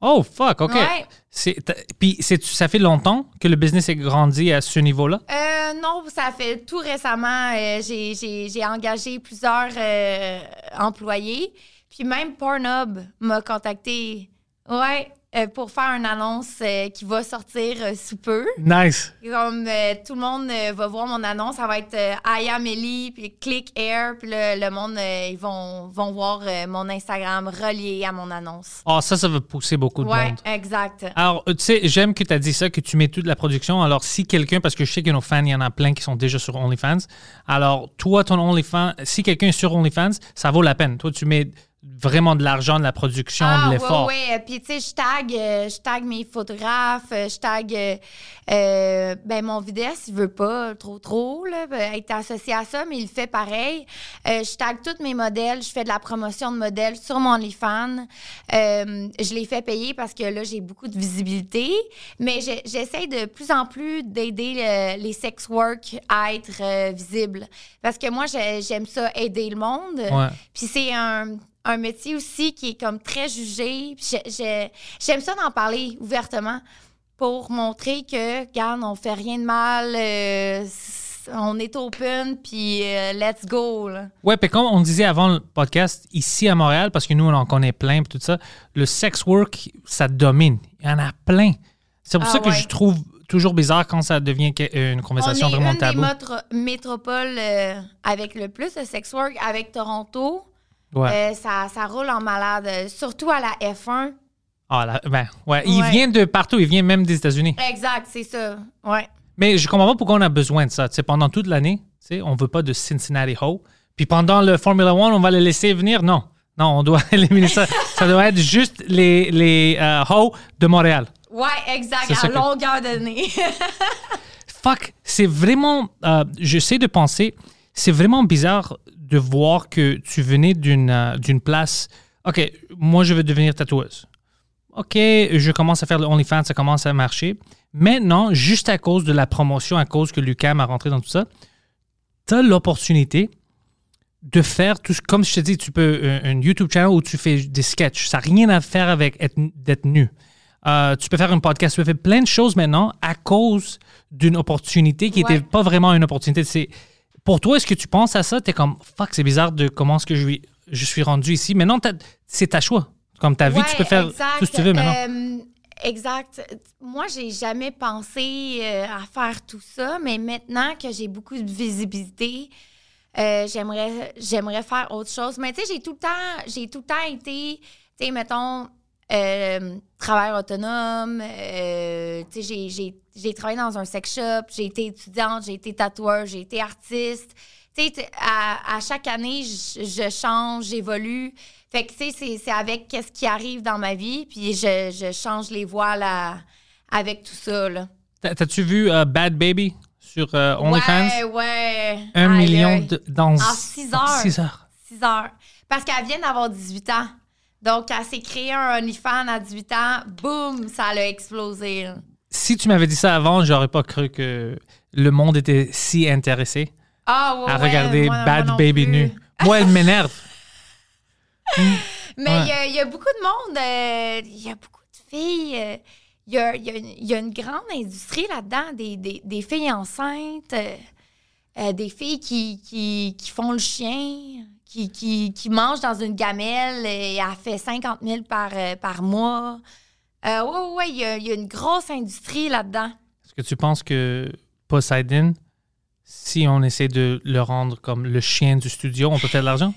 Speaker 1: Oh, fuck, ok.
Speaker 3: Ouais.
Speaker 1: C'est- t'as- Puis c'est- ça fait longtemps que le business est grandi à ce niveau-là?
Speaker 3: Euh, non, ça fait tout récemment. euh, j'ai- J'ai j'ai engagé plusieurs euh, employés. Puis même Pornhub m'a contacté. Ouais. euh, pour faire une annonce euh, qui va sortir euh, sous peu.
Speaker 1: Nice.
Speaker 3: Comme euh, tout le monde euh, va voir mon annonce, ça va être euh, I am Ellie, puis Click Air, puis le, le monde, euh, ils vont, vont voir euh, mon Instagram relié à mon annonce.
Speaker 1: Ah, ça, ça va pousser beaucoup de
Speaker 3: Ouais,
Speaker 1: monde.
Speaker 3: exact.
Speaker 1: Alors, euh, tu sais, j'aime que tu as dit ça, que tu mets tout de la production. Alors, si quelqu'un, parce que je sais que nos fans, il y en a plein qui sont déjà sur OnlyFans. Alors, toi, ton OnlyFans, si quelqu'un est sur OnlyFans, ça vaut la peine. Toi, tu mets vraiment de l'argent, de la production,
Speaker 3: Ah,
Speaker 1: de l'effort.
Speaker 3: Ouais, ouais. Puis, tu sais, je tag, euh, je tag mes photographes, euh, je tag euh, euh, ben, mon vidéaste, il veut pas trop, trop là, ben, être associé à ça, mais il le fait pareil. Euh, je tag tous mes modèles, je fais de la promotion de modèles sur mon OnlyFans. Euh, je les fais payer parce que là, j'ai beaucoup de visibilité, mais j'ai- j'essaie de plus en plus d'aider le- les sex work à être euh, visibles. Parce que moi, j'ai- j'aime ça, aider le monde.
Speaker 1: Ouais.
Speaker 3: Puis c'est un, un métier aussi qui est comme très jugé. Puis j'ai- j'ai- J'aime ça d'en parler ouvertement pour montrer que, regarde, on fait rien de mal, euh, s- on est open, puis euh, let's go. là.
Speaker 1: Ouais, puis comme on disait avant le podcast, ici à Montréal, parce que nous, on en connaît plein, pis tout ça, le sex work, ça domine. Il y en a plein. C'est pour
Speaker 3: Ah
Speaker 1: ça que
Speaker 3: ouais.
Speaker 1: je trouve toujours bizarre quand ça devient que- euh, une
Speaker 3: On est
Speaker 1: conversation vraiment
Speaker 3: une des
Speaker 1: tabou.
Speaker 3: motro- métropoles euh, avec le plus de sex work, avec Toronto.
Speaker 1: Ouais.
Speaker 3: Euh, ça, ça roule en malade, euh, surtout à la F1.
Speaker 1: Ah, là, ben, ouais. Il
Speaker 3: Ouais.
Speaker 1: vient de partout, il vient même des États-Unis.
Speaker 3: Exact, c'est ça. Ouais.
Speaker 1: Mais je comprends pas pourquoi on a besoin de ça. Tu sais, pendant toute l'année, tu sais, on veut pas de Cincinnati Ho. Puis pendant le Formula One, on va les laisser venir. Non, non, on doit [laughs] éliminer ça. ça doit être juste les, les euh, Ho de Montréal.
Speaker 3: Ouais, exact,
Speaker 1: C'est ça
Speaker 3: à
Speaker 1: que-
Speaker 3: longueur de nez.
Speaker 1: Fuck, c'est vraiment. euh, J'essaie de penser. C'est vraiment bizarre de voir que tu venais d'une euh, d'une place. Ok, moi je veux devenir tatoueuse. Ok, je commence à faire le OnlyFans, ça commence à marcher. Maintenant, juste à cause de la promotion, à cause que Lucas m'a rentré dans tout ça, tu as l'opportunité de faire tout ce. Comme je te dis, tu peux. Un, un YouTube channel où tu fais des sketchs. Ça n'a rien à faire avec être- d'être nu. Euh, tu peux faire un podcast, tu peux faire plein de choses maintenant à cause d'une opportunité qui n'était
Speaker 3: Ouais.
Speaker 1: pas vraiment une opportunité. C'est, pour toi, est-ce que tu penses à ça? Tu es comme, fuck, c'est bizarre de comment est-ce que je, suis- je suis rendu ici. Mais non, t'as- c'est ta choix. Comme ta vie, tu peux
Speaker 3: Ouais,
Speaker 1: faire
Speaker 3: exact.
Speaker 1: tout ce que tu veux maintenant.
Speaker 3: Euh, exact. Moi, j'ai jamais pensé euh, à faire tout ça, mais maintenant que j'ai beaucoup de visibilité, euh, j'aimerais j'aimerais faire autre chose. Mais tu sais, j'ai tout le temps j'ai tout le temps été, tu sais, mettons euh, travailleur autonome. euh, tu sais, j'ai- j'ai j'ai travaillé dans un sex shop, j'ai été étudiante, j'ai été tatoueur, j'ai été artiste. Tu sais, t- à, à chaque année, je, je change, j'évolue. Fait que, tu sais, c'est- c'est avec qu'est-ce qui arrive dans ma vie, puis je, je change les voiles à- avec tout ça, là.
Speaker 1: T'as- T'as-tu vu euh, Bad Baby sur euh, OnlyFans?
Speaker 3: Ouais, ouais.
Speaker 1: Un
Speaker 3: Aïe,
Speaker 1: million
Speaker 3: aïe.
Speaker 1: de, dans
Speaker 3: En six heures.
Speaker 1: six heures.
Speaker 3: 6 heures. Parce qu'elle vient d'avoir 18 ans. Donc, elle s'est créée un OnlyFans à 18 ans. Boum, ça l'a explosé. là.
Speaker 1: Si tu m'avais dit ça avant, j'aurais pas cru que le monde était si intéressé.
Speaker 3: Ah, ouais,
Speaker 1: à
Speaker 3: ouais,
Speaker 1: regarder
Speaker 3: moi-
Speaker 1: Bad
Speaker 3: moi non
Speaker 1: Baby
Speaker 3: plus. [laughs]
Speaker 1: nu. Moi, elle m'énerve.
Speaker 3: Mais il y a- il y, a beaucoup de monde, euh, il y a beaucoup de filles. euh, Il y, a, il y a une- il y a une grande industrie là-dedans, des, des- des filles enceintes, euh, euh, des filles qui, qui, qui font le chien, qui, qui, qui mangent dans une gamelle et elle fait 50 000 par, euh, par mois. Euh, ouais, ouais, ouais, il y a, il y a une grosse industrie là-dedans.
Speaker 1: Est-ce que tu penses que Poseidon, si on essaie de le rendre comme le chien du studio, on peut faire de
Speaker 3: [laughs]
Speaker 1: l'argent?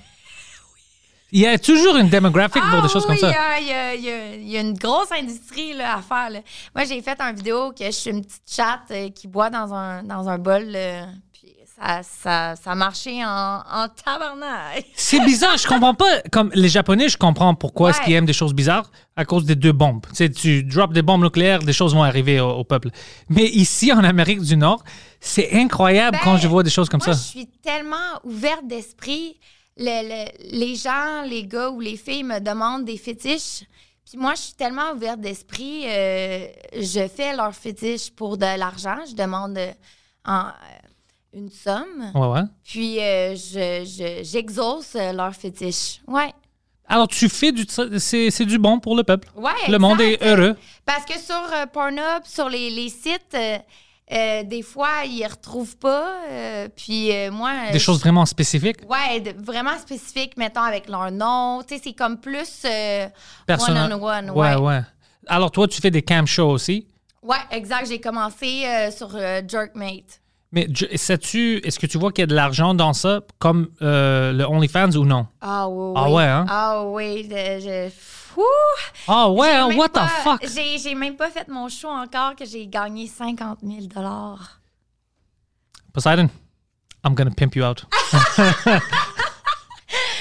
Speaker 1: Il y a toujours une démographique pour des
Speaker 3: Ah
Speaker 1: choses comme
Speaker 3: oui,
Speaker 1: ça.
Speaker 3: euh, Il y, a, il y a- il y a une grosse industrie là, à faire. là. Moi, j'ai fait un vidéo que je suis une petite chatte euh, qui boit dans un, dans un bol. là, puis ça, ça, ça marchait en, en tabarnak.
Speaker 1: C'est bizarre, je comprends pas. Comme les Japonais, je comprends pourquoi est-ce
Speaker 3: Ouais.
Speaker 1: qu'ils aiment des choses bizarres à cause des deux bombes. Tu sais, tu drops des bombes nucléaires, des choses vont arriver au, au peuple. Mais ici, en Amérique du Nord, c'est incroyable
Speaker 3: Ben,
Speaker 1: quand je vois des choses comme
Speaker 3: Moi,
Speaker 1: ça.
Speaker 3: je suis tellement ouverte d'esprit. Le- le- les gens, les gars ou les filles me demandent des fétiches. Puis moi, je suis tellement ouverte d'esprit. euh, je fais leurs fétiches pour de l'argent. Je demande euh, en- euh, une somme.
Speaker 1: Ouais, ouais.
Speaker 3: Puis euh, je, je- j'exauce euh, leur fétiche. Ouais.
Speaker 1: Alors, tu fais du. C'est c'est du bon pour le peuple.
Speaker 3: Ouais,
Speaker 1: le monde est
Speaker 3: exact.
Speaker 1: heureux.
Speaker 3: Parce que sur euh, Pornhub, sur les, les sites, euh, euh, des fois, ils ne retrouvent pas. euh, puis euh, moi. euh,
Speaker 1: Des choses vraiment spécifiques.
Speaker 3: Ouais, de- vraiment spécifiques, mettons, avec leur nom. Tu sais, c'est comme plus euh,
Speaker 1: Personne-
Speaker 3: one-on-one.
Speaker 1: Ouais,
Speaker 3: ouais.
Speaker 1: ouais. Alors, toi, tu fais des cam shows aussi.
Speaker 3: Ouais, exact. J'ai commencé euh, sur euh, Jerkmate.
Speaker 1: Mais je- sais-tu, est-ce que tu vois qu'il y a de l'argent dans ça, comme euh, le OnlyFans ou non?
Speaker 3: Ah oui, oui.
Speaker 1: Ah ouais, hein?
Speaker 3: Ah oui. de- je... Fou!
Speaker 1: Ah ouais,
Speaker 3: J'ai
Speaker 1: hein?
Speaker 3: même
Speaker 1: what
Speaker 3: pas-
Speaker 1: the fuck?
Speaker 3: J'ai, j'ai même pas fait mon show encore que j'ai gagné 50 000
Speaker 1: Poseidon, I'm gonna pimp you out.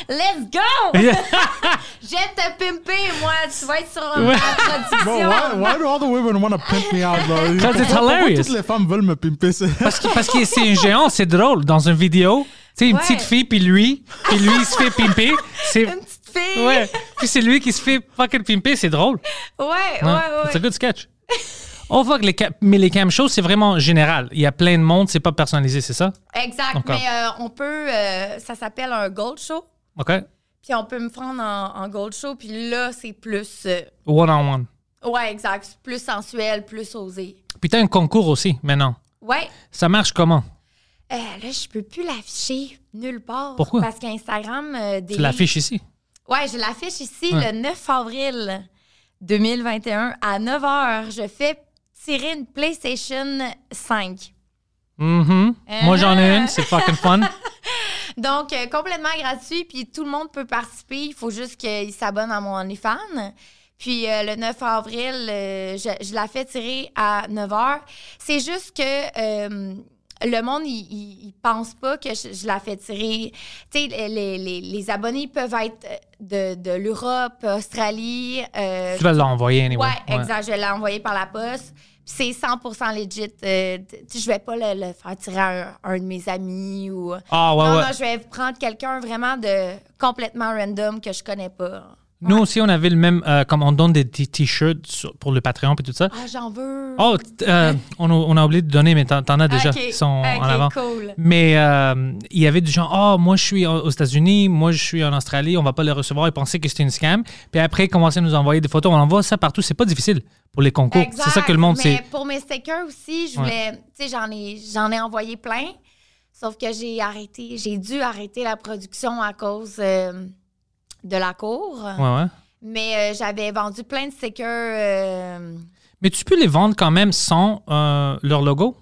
Speaker 3: Let's go! Je vais te pimper, moi. Tu vas être sur ma production.
Speaker 4: Bro, why, why do all the women want to pimp me out, bro?
Speaker 1: Because it's
Speaker 4: Pourquoi
Speaker 1: hilarious.
Speaker 4: toutes les femmes veulent me pimper?
Speaker 1: [laughs]
Speaker 4: c'est-
Speaker 1: Parce que parce que c'est un géant, c'est drôle. Dans une vidéo, tu sais, une
Speaker 3: Ouais.
Speaker 1: petite fille, puis lui, puis lui, il se fait pimper. C'est...
Speaker 3: Une petite fille.
Speaker 1: Ouais. Puis c'est lui qui se fait fucking pimper, c'est drôle.
Speaker 3: Ouais, ouais,
Speaker 1: Ouais,
Speaker 3: ouais.
Speaker 1: C'est un good sketch. Oh fuck, les ca- mais les cam shows, c'est vraiment général. Il y a plein de monde, c'est pas personnalisé, c'est ça?
Speaker 3: Exact.
Speaker 1: Encore.
Speaker 3: Mais euh, on peut. euh, ça s'appelle un gold show.
Speaker 1: OK?
Speaker 3: Puis on peut me prendre en, en gold show. Puis là, c'est plus. euh,
Speaker 1: One-on-one.
Speaker 3: ouais, exact. c'est Plus sensuel, plus osé.
Speaker 1: Puis t'as un concours aussi, maintenant.
Speaker 3: Ouais.
Speaker 1: Ça marche comment?
Speaker 3: Euh, là, je peux plus l'afficher nulle part.
Speaker 1: Pourquoi?
Speaker 3: Parce qu'Instagram. euh,
Speaker 1: Tu
Speaker 3: délai.
Speaker 1: l'affiches ici.
Speaker 3: Ouais, je l'affiche ici
Speaker 1: Ouais.
Speaker 3: le 9 avril 2021 à 9 h. Je fais tirer une PlayStation 5.
Speaker 1: Mhm. Moi, j'en ai une, c'est fucking fun.
Speaker 3: Donc, euh, complètement gratuit, puis tout le monde peut participer. Il faut juste qu'ils s'abonnent à mon OnlyFans. Puis euh, le 9 avril, euh, je, je la fais tirer à 9 h. C'est juste que euh, le monde, il, il- il pense pas que je, je la fais tirer. Tu sais, les, les- les abonnés peuvent être de, de l'Europe, Australie. euh,
Speaker 1: tu vas l'envoyer, anyway.
Speaker 3: Ouais, exact. Je l'ai envoyé par la poste. Puis c'est 100 legit. Euh, tu sais, je vais pas le, le faire tirer à un, un de mes amis ou. euh.
Speaker 1: Ah, ouais,
Speaker 3: non,
Speaker 1: ouais.
Speaker 3: non, je vais prendre quelqu'un vraiment de complètement random que je connais pas.
Speaker 1: Nous aussi, on avait le même, euh, comme on donne des t- t-shirts sur- pour le Patreon et tout ça.
Speaker 3: Ah, j'en veux.
Speaker 1: Oh, t- euh,
Speaker 3: [laughs]
Speaker 1: on, a, on a oublié de donner, mais t'en t'en as déjà.
Speaker 3: Ok,
Speaker 1: Ils sont
Speaker 3: ok,
Speaker 1: en avant.
Speaker 3: cool.
Speaker 1: Mais euh, il y avait du genre, oh, moi je suis en- aux États-Unis, moi je suis en Australie, on va pas le recevoir. Ils pensaient que c'était une scam. Puis après, ils commençaient à nous envoyer des photos. On envoie ça partout. C'est pas difficile pour les concours.
Speaker 3: Exact.
Speaker 1: C'est ça que le monde,
Speaker 3: Mais
Speaker 1: c'est.
Speaker 3: pour mes stickers aussi, je voulais. Tu sais, j'en ai, j'en ai envoyé plein. Sauf que j'ai arrêté. J'ai dû arrêter la production à cause euh, de la cour.
Speaker 1: Ouais, ouais.
Speaker 3: Mais euh, j'avais vendu plein de stickers. euh,
Speaker 1: Mais tu peux les vendre quand même sans euh, leur logo.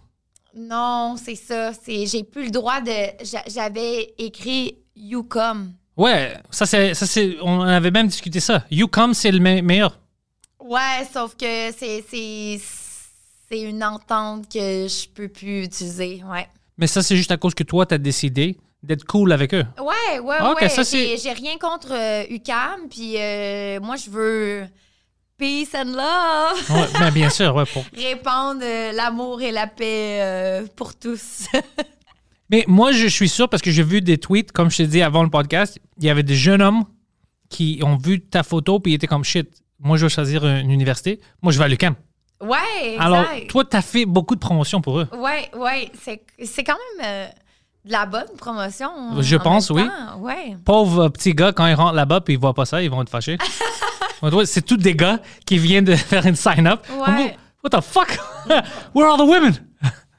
Speaker 3: Non, c'est ça. C'est, j'ai plus le droit de. j'a- J'avais écrit YouCom.
Speaker 1: Ouais, ça c'est, ça c'est, on avait même discuté ça. YouCom c'est le me- meilleur.
Speaker 3: Ouais, sauf que c'est, c'est, c'est une entente que je peux plus utiliser. Ouais.
Speaker 1: Mais ça c'est juste à cause que toi t'as décidé d'être cool avec eux.
Speaker 3: Ouais, ouais,
Speaker 1: Ah, ok,
Speaker 3: ouais.
Speaker 1: ça, c'est-
Speaker 3: j'ai, j'ai rien contre UCAM, puis euh, moi, je veux peace and love. [laughs]
Speaker 1: Ouais, ben, bien sûr, ouais. Pour...
Speaker 3: Répandre euh, l'amour et la paix euh, pour tous. [laughs]
Speaker 1: Mais moi je suis sûr parce que j'ai vu des tweets comme je t'ai dit avant le podcast. Il y avait des jeunes hommes qui ont vu ta photo puis ils étaient comme shit. Moi je vais choisir une université. Moi je vais à l'UQAM.
Speaker 3: ouais, exact.
Speaker 1: Alors toi t'as fait beaucoup de promotion pour eux.
Speaker 3: Oui, oui. C'est, c'est quand même euh, de la bonne promotion.
Speaker 1: Je
Speaker 3: en
Speaker 1: pense,
Speaker 3: même
Speaker 1: oui.
Speaker 3: temps. Ouais.
Speaker 1: Pauvres euh, petits gars quand ils rentrent là-bas puis ils voient pas ça, ils vont être
Speaker 3: [laughs]
Speaker 1: fâchés. Ouais, ouais, C'est tous des gars qui viennent de [laughs] faire une sign up.
Speaker 3: Ouais.
Speaker 1: What the fuck? [laughs] Where are the women?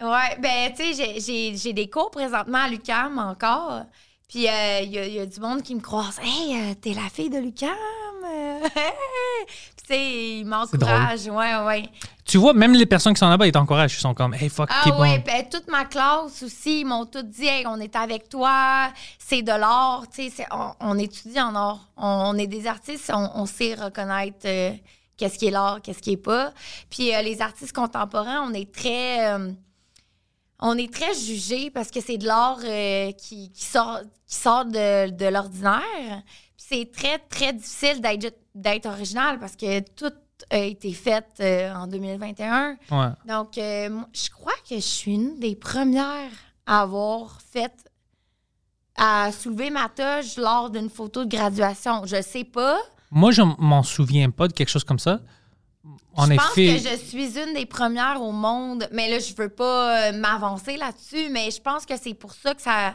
Speaker 3: Ouais. Ben, tu sais, j'ai, j'ai, j'ai des cours présentement à l'UCAM encore. Puis, il y, a- y a du monde qui me croise. Hey, euh, t'es la fille de l'UCAM. euh, [laughs] hey! Puis, tu sais, ils m'encouragent. Ouais, ouais.
Speaker 1: Tu vois, même les personnes qui sont là-bas, ils t'encouragent. Ils sont comme, hey, fuck,
Speaker 3: Ah
Speaker 1: keep
Speaker 3: ouais,
Speaker 1: on.
Speaker 3: ben, toute ma classe aussi, ils m'ont toutes dit, hey, on est avec toi, c'est de l'art, tu sais, c'est- on, on étudie en art, on, on est des artistes, on, on sait reconnaître euh, qu'est-ce qui est l'art, qu'est-ce qui est pas. Puis euh, les artistes contemporains, on est très, euh, on est très jugés parce que c'est de l'art euh, qui, qui sort, qui sort de, de l'ordinaire. Puis c'est très, très difficile d'être d'être original parce que tout a été fait euh, en 2021.
Speaker 1: Ouais.
Speaker 3: Donc, euh, moi, je crois que je suis une des premières à avoir fait, à soulever ma toge lors d'une photo de graduation. Je sais pas.
Speaker 1: Moi, je m'en souviens pas de quelque chose comme ça. En
Speaker 3: je pense
Speaker 1: effet.
Speaker 3: que je suis une des premières au monde. Mais là, je veux pas euh, m'avancer là-dessus, mais je pense que c'est pour ça que ça,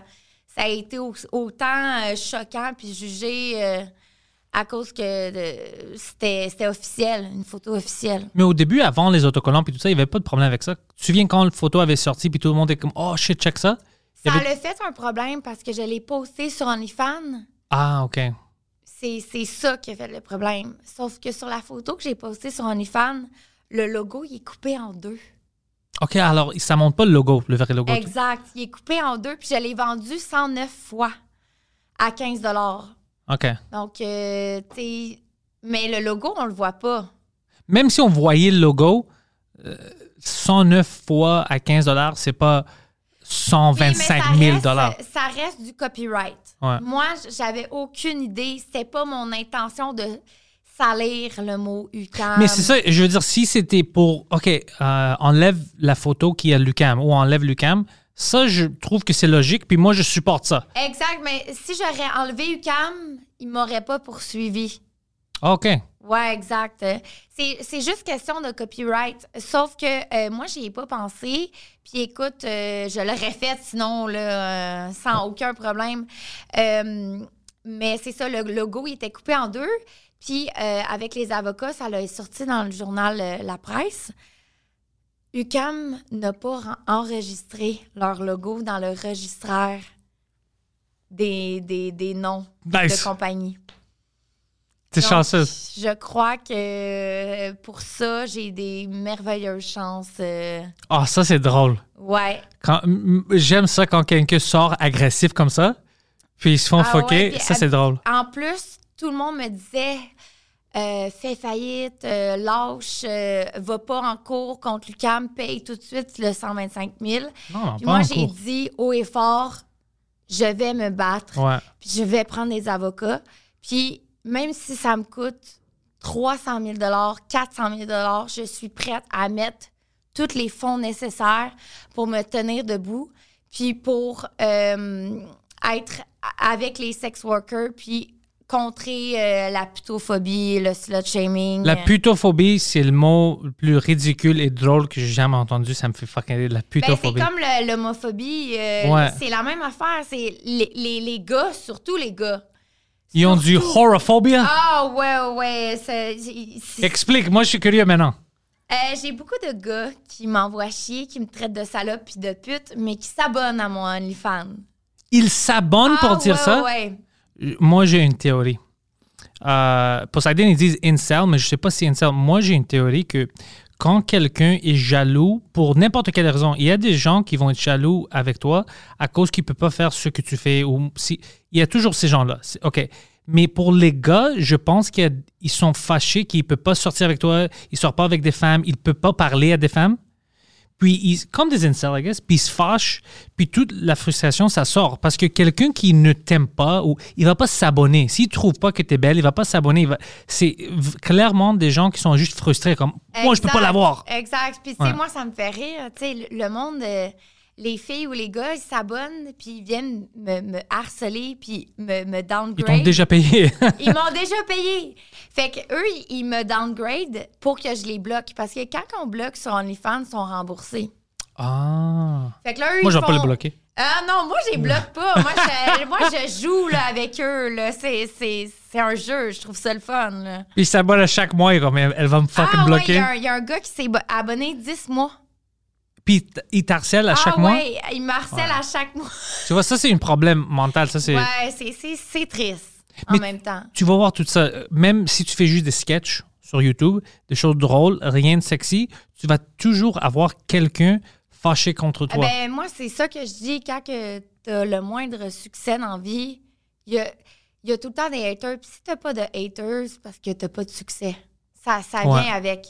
Speaker 3: ça a été au- autant euh, choquant puis jugé euh, à cause que euh, c'était c'était officiel, une photo officielle.
Speaker 1: Mais au début, avant les autocollants et tout ça, il n'y avait pas de problème avec ça. Tu te souviens quand la photo avait sorti puis tout le monde était comme, oh shit, check ça? Il y
Speaker 3: Ça
Speaker 1: avait-
Speaker 3: l'a fait un problème parce que je l'ai posté sur OnlyFans.
Speaker 1: Ah, ok.
Speaker 3: C'est c'est ça qui a fait le problème. Sauf que sur la photo que j'ai postée sur OnlyFans, le logo, il est coupé en deux.
Speaker 1: OK, alors ça montre pas le logo, le vrai logo.
Speaker 3: Exact. Il est coupé en deux, puis je l'ai vendu 109 fois à 15
Speaker 1: OK.
Speaker 3: Donc, euh, tu sais, mais le logo, on le voit pas.
Speaker 1: Même si on voyait le logo, euh, 109 fois à 15 c'est pas
Speaker 3: Oui, mais
Speaker 1: 125
Speaker 3: ça
Speaker 1: 000
Speaker 3: reste- Ça reste du copyright.
Speaker 1: Ouais.
Speaker 3: Moi, j- j'avais aucune idée. C'était pas mon intention de salir le mot UCAM.
Speaker 1: Mais c'est ça, je veux dire, si c'était pour, OK, euh, enlève la photo qui a Lucam ou enlève Lucam, ça, je trouve que c'est logique, puis moi, je supporte ça.
Speaker 3: Exact, mais si j'aurais enlevé UCAM, il m'aurait pas poursuivi.
Speaker 1: Ah, OK.
Speaker 3: Ouais, exact. Euh, C'est c'est juste question de copyright. Sauf que euh, moi, j'y ai pas pensé. Puis écoute, euh, je l'aurais fait sinon, là, euh, sans aucun problème. Euh, mais c'est ça, le logo il était coupé en deux. Puis euh, avec les avocats, ça l'a sorti dans le journal euh, La Presse. UCAM n'a pas ren- enregistré leur logo dans le registraire des, des, des noms
Speaker 1: Nice.
Speaker 3: de compagnie.
Speaker 1: T'es
Speaker 3: Donc,
Speaker 1: chanceuse.
Speaker 3: Je crois que euh, pour ça, j'ai des merveilleuses chances. euh,
Speaker 1: Ah, ça, c'est drôle.
Speaker 3: ouais.
Speaker 1: Quand- m- m- J'aime ça quand quelqu'un sort agressif comme ça, puis ils se font
Speaker 3: Ah ouais,
Speaker 1: foquer.
Speaker 3: puis
Speaker 1: ça,
Speaker 3: à-
Speaker 1: c'est drôle.
Speaker 3: En plus, tout le monde me disait euh, fais faillite, euh, lâche, euh, va pas en cours contre l'UCAM, paye tout de suite le 125 000.
Speaker 1: Non,
Speaker 3: Puis
Speaker 1: pas
Speaker 3: moi,
Speaker 1: en
Speaker 3: j'ai
Speaker 1: cours.
Speaker 3: dit haut et fort je vais me battre,
Speaker 1: Ouais.
Speaker 3: puis je vais prendre des avocats. Puis même si ça me coûte 300 000 400 000 je suis prête à mettre tous les fonds nécessaires pour me tenir debout, puis pour euh, être a- avec les sex workers, puis contrer euh, la putophobie, le slut shaming. Ben,
Speaker 1: La putophobie, c'est le mot le plus ridicule et drôle que j'ai jamais entendu. Ça me fait fucking rire. La
Speaker 3: Ben, c'est
Speaker 1: putophobie.
Speaker 3: comme le- l'homophobie, euh,
Speaker 1: Ouais.
Speaker 3: c'est la même affaire. C'est les, les- les gars, surtout les gars.
Speaker 1: Ils ont du horophobia.
Speaker 3: Ah ouais, ouais. ça- c'est- c'est-
Speaker 1: Explique, moi, je suis curieux maintenant.
Speaker 3: Euh, j'ai beaucoup de gars qui m'envoient chier, qui me traitent de salope puis de pute, mais qui s'abonnent à mon OnlyFans.
Speaker 1: Ils s'abonnent
Speaker 3: Ah,
Speaker 1: pour dire
Speaker 3: ouais,
Speaker 1: ça.
Speaker 3: ouais.
Speaker 1: Moi, j'ai une théorie. Euh, Poseidon, ils disent incel, mais je sais pas si incel. Moi, j'ai une théorie que quand quelqu'un est jaloux, pour n'importe quelle raison, il y a des gens qui vont être jaloux avec toi à cause qu'ils ne peuvent pas faire ce que tu fais. Ou si, il y a toujours ces gens-là. C'est- OK. Mais pour les gars, je pense qu'ils sont fâchés qu'ils ne peuvent pas sortir avec toi, ils ne sortent pas avec des femmes, ils ne peuvent pas parler à des femmes. Puis, ils, comme des incels, I guess, puis ils se fâchent, puis toute la frustration, ça sort. Parce que quelqu'un qui ne t'aime pas, ou il va pas s'abonner. S'il trouve pas que tu es belle, il va pas s'abonner. il va- C'est v- clairement des gens qui sont juste frustrés, comme moi, je peux pas
Speaker 3: Exact, Eh,
Speaker 1: l'avoir.
Speaker 3: Exact. Puis, tu sais,
Speaker 1: Ouais.
Speaker 3: moi, ça me fait rire. Tu sais, le- le monde, euh, les filles ou les gars, ils s'abonnent, puis ils viennent me, me harceler, puis me, me
Speaker 1: Ils t'ont
Speaker 3: downgrade.
Speaker 1: déjà payé. [laughs]
Speaker 3: Ils m'ont déjà payé. Fait que eux, ils- ils me downgrade pour que je les bloque. Parce que quand on bloque sur OnlyFans, ils sont remboursés.
Speaker 1: ah.
Speaker 3: Fait que là, eux,
Speaker 1: Moi,
Speaker 3: ils
Speaker 1: je vais pas
Speaker 3: font-
Speaker 1: le bloquer.
Speaker 3: Ah non, moi, je les bloque pas. Moi,
Speaker 1: [laughs]
Speaker 3: je, moi, je joue là, avec eux. là. C'est, c'est- c'est un jeu. Je trouve ça le fun. là.
Speaker 1: Puis ils s'abonnent à chaque mois, ils comme elle elle va me fucking
Speaker 3: ah ouais, il y
Speaker 1: bloquer.
Speaker 3: a un- il y, a un gars qui s'est bo- abonné 10 mois.
Speaker 1: Puis t- ils t'harcèlent à chaque
Speaker 3: ah
Speaker 1: mois.
Speaker 3: ouais, il me harcèle à chaque mois.
Speaker 1: Tu vois, ça, c'est un problème mental. Ça, c'est.
Speaker 3: Ouais, c'est, c'est, c'est triste en
Speaker 1: Mais-
Speaker 3: même temps.
Speaker 1: tu vas voir tout ça. Euh, Même si tu fais juste des sketchs sur YouTube, des choses drôles, rien de sexy, tu vas toujours avoir quelqu'un fâché contre
Speaker 3: Ah
Speaker 1: toi.
Speaker 3: Ben, moi, c'est ça que je dis. Quand que t'as le moindre succès dans la vie, il y a, il y a tout le temps des haters. Puis si t'as pas de haters, c'est parce que t'as pas de succès. Ça, ça
Speaker 1: Ouais.
Speaker 3: vient avec.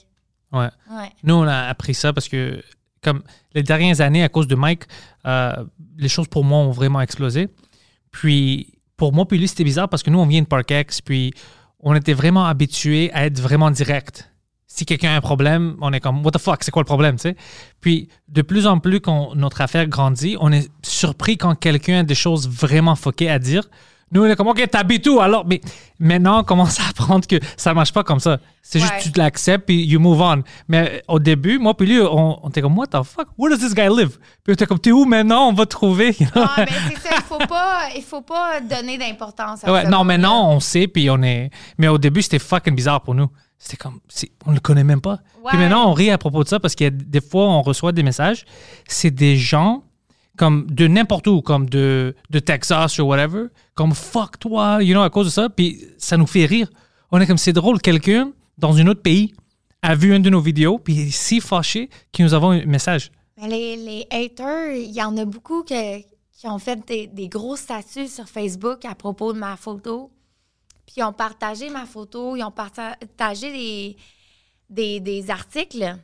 Speaker 1: Ouais.
Speaker 3: Ouais.
Speaker 1: Nous, on a appris ça parce que, comme les dernières années, à cause de Mike, euh, les choses pour moi ont vraiment explosé. Puis, pour moi, puis lui, c'était bizarre parce que nous, on vient de Parkex, puis on était vraiment habitués à être vraiment direct. Si quelqu'un a un problème, on est comme, what the fuck, c'est quoi le problème, tu sais? Puis, de plus en plus, quand notre affaire grandit, on est surpris quand quelqu'un a des choses vraiment foquées à dire. Nous, on est comme, OK, t'habites où alors? Mais maintenant, on commence à apprendre que ça marche pas comme ça. C'est juste
Speaker 3: Ouais.
Speaker 1: que tu l'acceptes puis you move on. Mais euh, au début, moi puis lui, on, on était comme, what the fuck? Where does this guy live? Puis on était comme, t'es où maintenant? On va te trouver.
Speaker 3: Ah,
Speaker 1: [laughs]
Speaker 3: ben, c'est ça. Il faut pas, il faut pas donner d'importance à
Speaker 1: Ouais,
Speaker 3: ça.
Speaker 1: non, mais non, on sait, puis on est. Mais au début, c'était fucking bizarre pour nous. C'était comme. c'est- On le connaît même pas.
Speaker 3: Ouais.
Speaker 1: Puis maintenant, on rit à propos de ça parce qu'il y a des fois, on reçoit des messages. C'est des gens comme de n'importe où, comme de, de Texas ou whatever, comme fuck toi, you know, à cause de ça. Puis ça nous fait rire. On est comme c'est drôle, quelqu'un dans un autre pays a vu une de nos vidéos, puis il est si fâché qu'il nous avons un message.
Speaker 3: Mais les, les haters, il y en a beaucoup que- qui ont fait des, des gros statuts sur Facebook à propos de ma photo. Puis ils ont partagé ma photo, ils ont parta- partagé des, des, des articles.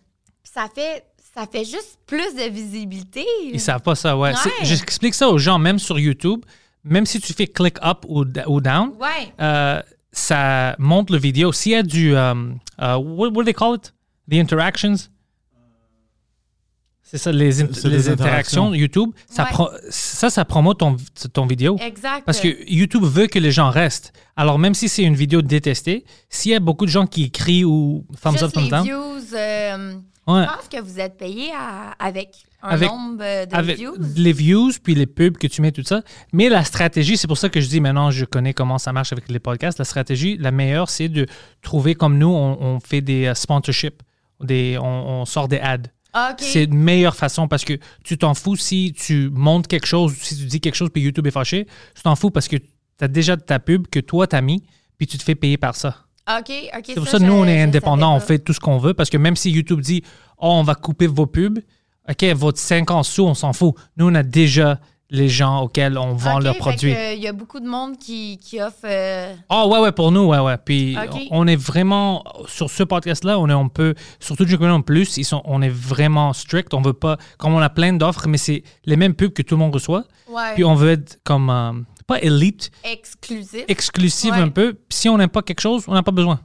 Speaker 3: Puis ça fait, ça fait juste plus de visibilité.
Speaker 1: Ils savent pas ça, ouais. C'est-
Speaker 3: Ouais.
Speaker 1: J'explique ça aux gens, même sur YouTube, même si tu fais click up ou, d- ou down,
Speaker 3: Ouais.
Speaker 1: euh, ça monte le vidéo. S'il y a du. euh, euh, what, what do they call it? The interactions? C'est ça, les, in-
Speaker 4: C'est
Speaker 1: les
Speaker 4: les
Speaker 1: interactions
Speaker 4: interactions.
Speaker 1: YouTube. Ça,
Speaker 3: Ouais.
Speaker 1: pro- ça, ça promote ton, ton vidéo.
Speaker 3: Exact.
Speaker 1: Parce que YouTube veut que les gens restent. Alors, même si c'est une vidéo détestée, s'il y a beaucoup de gens qui crient ou thumbs up,
Speaker 3: Juste
Speaker 1: thumbs
Speaker 3: les
Speaker 1: down.
Speaker 3: views. euh,
Speaker 1: Ouais.
Speaker 3: Je pense que vous êtes payé à- avec un
Speaker 1: Avec-
Speaker 3: nombre de
Speaker 1: avec
Speaker 3: views.
Speaker 1: les views, puis les pubs que tu mets, tout ça. Mais la stratégie, c'est pour ça que je dis maintenant, je connais comment ça marche avec les podcasts. La stratégie, la meilleure, c'est de trouver comme nous, on, on fait des euh, sponsorships, des, on, on sort des ads.
Speaker 3: Ah, OK.
Speaker 1: C'est une meilleure façon parce que tu t'en fous si tu montes quelque chose, si tu dis quelque chose puis YouTube est fâché, tu t'en fous parce que tu as déjà ta pub que toi t'as mis puis tu te fais payer par ça.
Speaker 3: OK, OK.
Speaker 1: C'est pour ça, nous, on est indépendants, on
Speaker 3: fait
Speaker 1: fait tout ce qu'on veut parce que même si YouTube dit oh, on va couper vos pubs, OK, votre 50 sous, on s'en fout. Nous, on a déjà les gens auxquels on vend
Speaker 3: Ok,
Speaker 1: leurs
Speaker 3: fait
Speaker 1: produits.
Speaker 3: que, Il y a beaucoup de monde qui, qui offre. euh,
Speaker 1: Ah ouais, ouais, pour nous, ouais, ouais. Puis
Speaker 3: Ok.
Speaker 1: on est vraiment, sur ce podcast-là, on est un peu, surtout du en plus, ils sont, on est vraiment strict. On veut pas, comme on a plein d'offres, mais c'est les mêmes pubs que tout le monde reçoit.
Speaker 3: ouais,
Speaker 1: Puis on veut être comme, euh, pas élite,
Speaker 3: exclusif.
Speaker 1: exclusive
Speaker 3: Ouais.
Speaker 1: un peu. Puis si on n'aime pas quelque chose, on n'a pas besoin.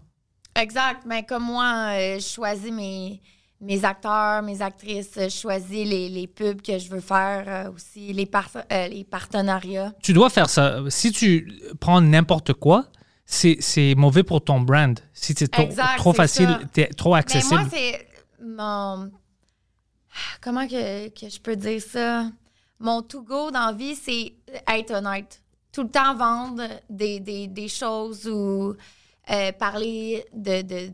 Speaker 3: exact. Mais comme moi, euh, je choisis mes, mes acteurs, mes actrices, je choisis les, les pubs que je veux faire euh, aussi, les, par- euh, les partenariats.
Speaker 1: tu dois faire ça. Si tu prends n'importe quoi, c'est c'est mauvais pour ton brand. Si c'est trop,
Speaker 3: Exact,
Speaker 1: trop
Speaker 3: c'est
Speaker 1: facile,
Speaker 3: ça.
Speaker 1: t'es trop accessible.
Speaker 3: Mais moi, c'est mon. [sighs] Comment que, que je peux dire ça? Mon to-go dans la vie, c'est être honnête. Tout le temps vendre des, des- des choses ou euh, parler de, de,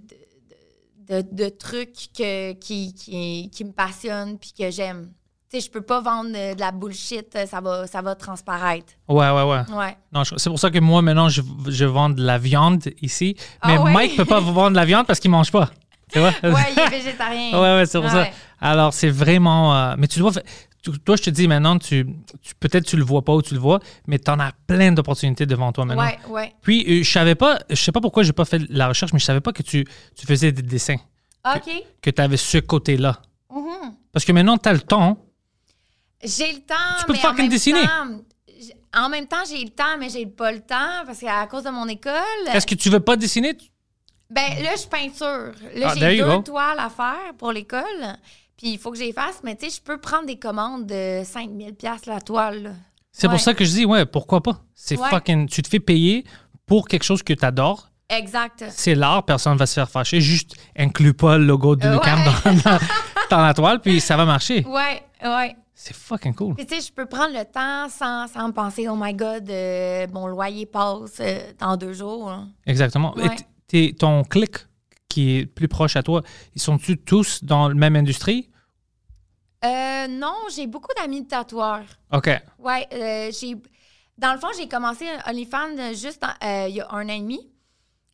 Speaker 3: de, de- de trucs que, qui, qui, qui me passionnent puis que j'aime. Tu sais, je peux pas vendre de, de la bullshit, ça va, ça va transparaître.
Speaker 1: Ouais, ouais, ouais. [laughs]
Speaker 3: Ouais.
Speaker 1: Non, je- c'est pour ça que moi, maintenant, je, je vends de la viande ici.
Speaker 3: Ah
Speaker 1: Mais
Speaker 3: ouais?
Speaker 1: Mike peut pas vous vendre de la viande parce qu'il mange pas. Tu vois?
Speaker 3: [laughs] Ouais, il est végétarien.
Speaker 1: [laughs] Ouais, ouais, c'est pour ça.
Speaker 3: Ouais.
Speaker 1: Alors, c'est vraiment. euh, mais tu dois. fa- tu- Toi, je te dis maintenant, tu, tu- peut-être tu le vois pas ou tu le vois, mais tu en as plein d'opportunités devant toi maintenant.
Speaker 3: Ouais, ouais.
Speaker 1: Puis, euh, je savais pas, je sais pas pourquoi j'ai pas fait la recherche, mais je savais pas que tu, tu faisais des dessins,
Speaker 3: OK.
Speaker 1: que tu avais ce côté-là.
Speaker 3: Mhm.
Speaker 1: Parce que maintenant, tu as le temps.
Speaker 3: J'ai le temps.
Speaker 1: Tu peux
Speaker 3: mais en
Speaker 1: fucking
Speaker 3: même
Speaker 1: dessiner.
Speaker 3: temps, j- en même temps, j'ai le temps, mais j'ai pas le temps parce qu'à cause de mon école.
Speaker 1: Est-ce que tu veux pas dessiner?
Speaker 3: Ben là, je peinture. Là,
Speaker 1: Ah, there
Speaker 3: j'ai
Speaker 1: you
Speaker 3: deux
Speaker 1: go.
Speaker 3: toiles à faire pour l'école. Puis il faut que je les fasse, mais tu sais, je peux prendre des commandes de 5000 pièces la toile. là.
Speaker 1: C'est pour
Speaker 3: Ouais.
Speaker 1: ça que je dis, ouais, pourquoi pas? C'est
Speaker 3: Ouais.
Speaker 1: fucking. Tu te fais payer pour quelque chose que tu adores.
Speaker 3: Exact.
Speaker 1: C'est l'art, personne va se faire fâcher. Juste inclus pas le logo de
Speaker 3: Euh,
Speaker 1: Lucam
Speaker 3: [laughs] ouais.
Speaker 1: dans, dans- dans la toile, puis ça va marcher.
Speaker 3: Ouais, ouais.
Speaker 1: C'est fucking cool.
Speaker 3: Puis tu sais, je peux prendre le temps sans, sans me penser, oh my God, euh, mon loyer passe euh, dans deux jours. hein.
Speaker 1: Exactement. Et
Speaker 3: Ouais.
Speaker 1: t- t'es- ton clic qui est plus proche à toi, ils sont-tu tous dans la même industrie?
Speaker 3: Euh, non, j'ai beaucoup d'amis de tatoueurs.
Speaker 1: OK.
Speaker 3: Ouais, euh, j'ai. Dans le fond, j'ai commencé OnlyFans euh, juste en- euh, il y a un an et demi.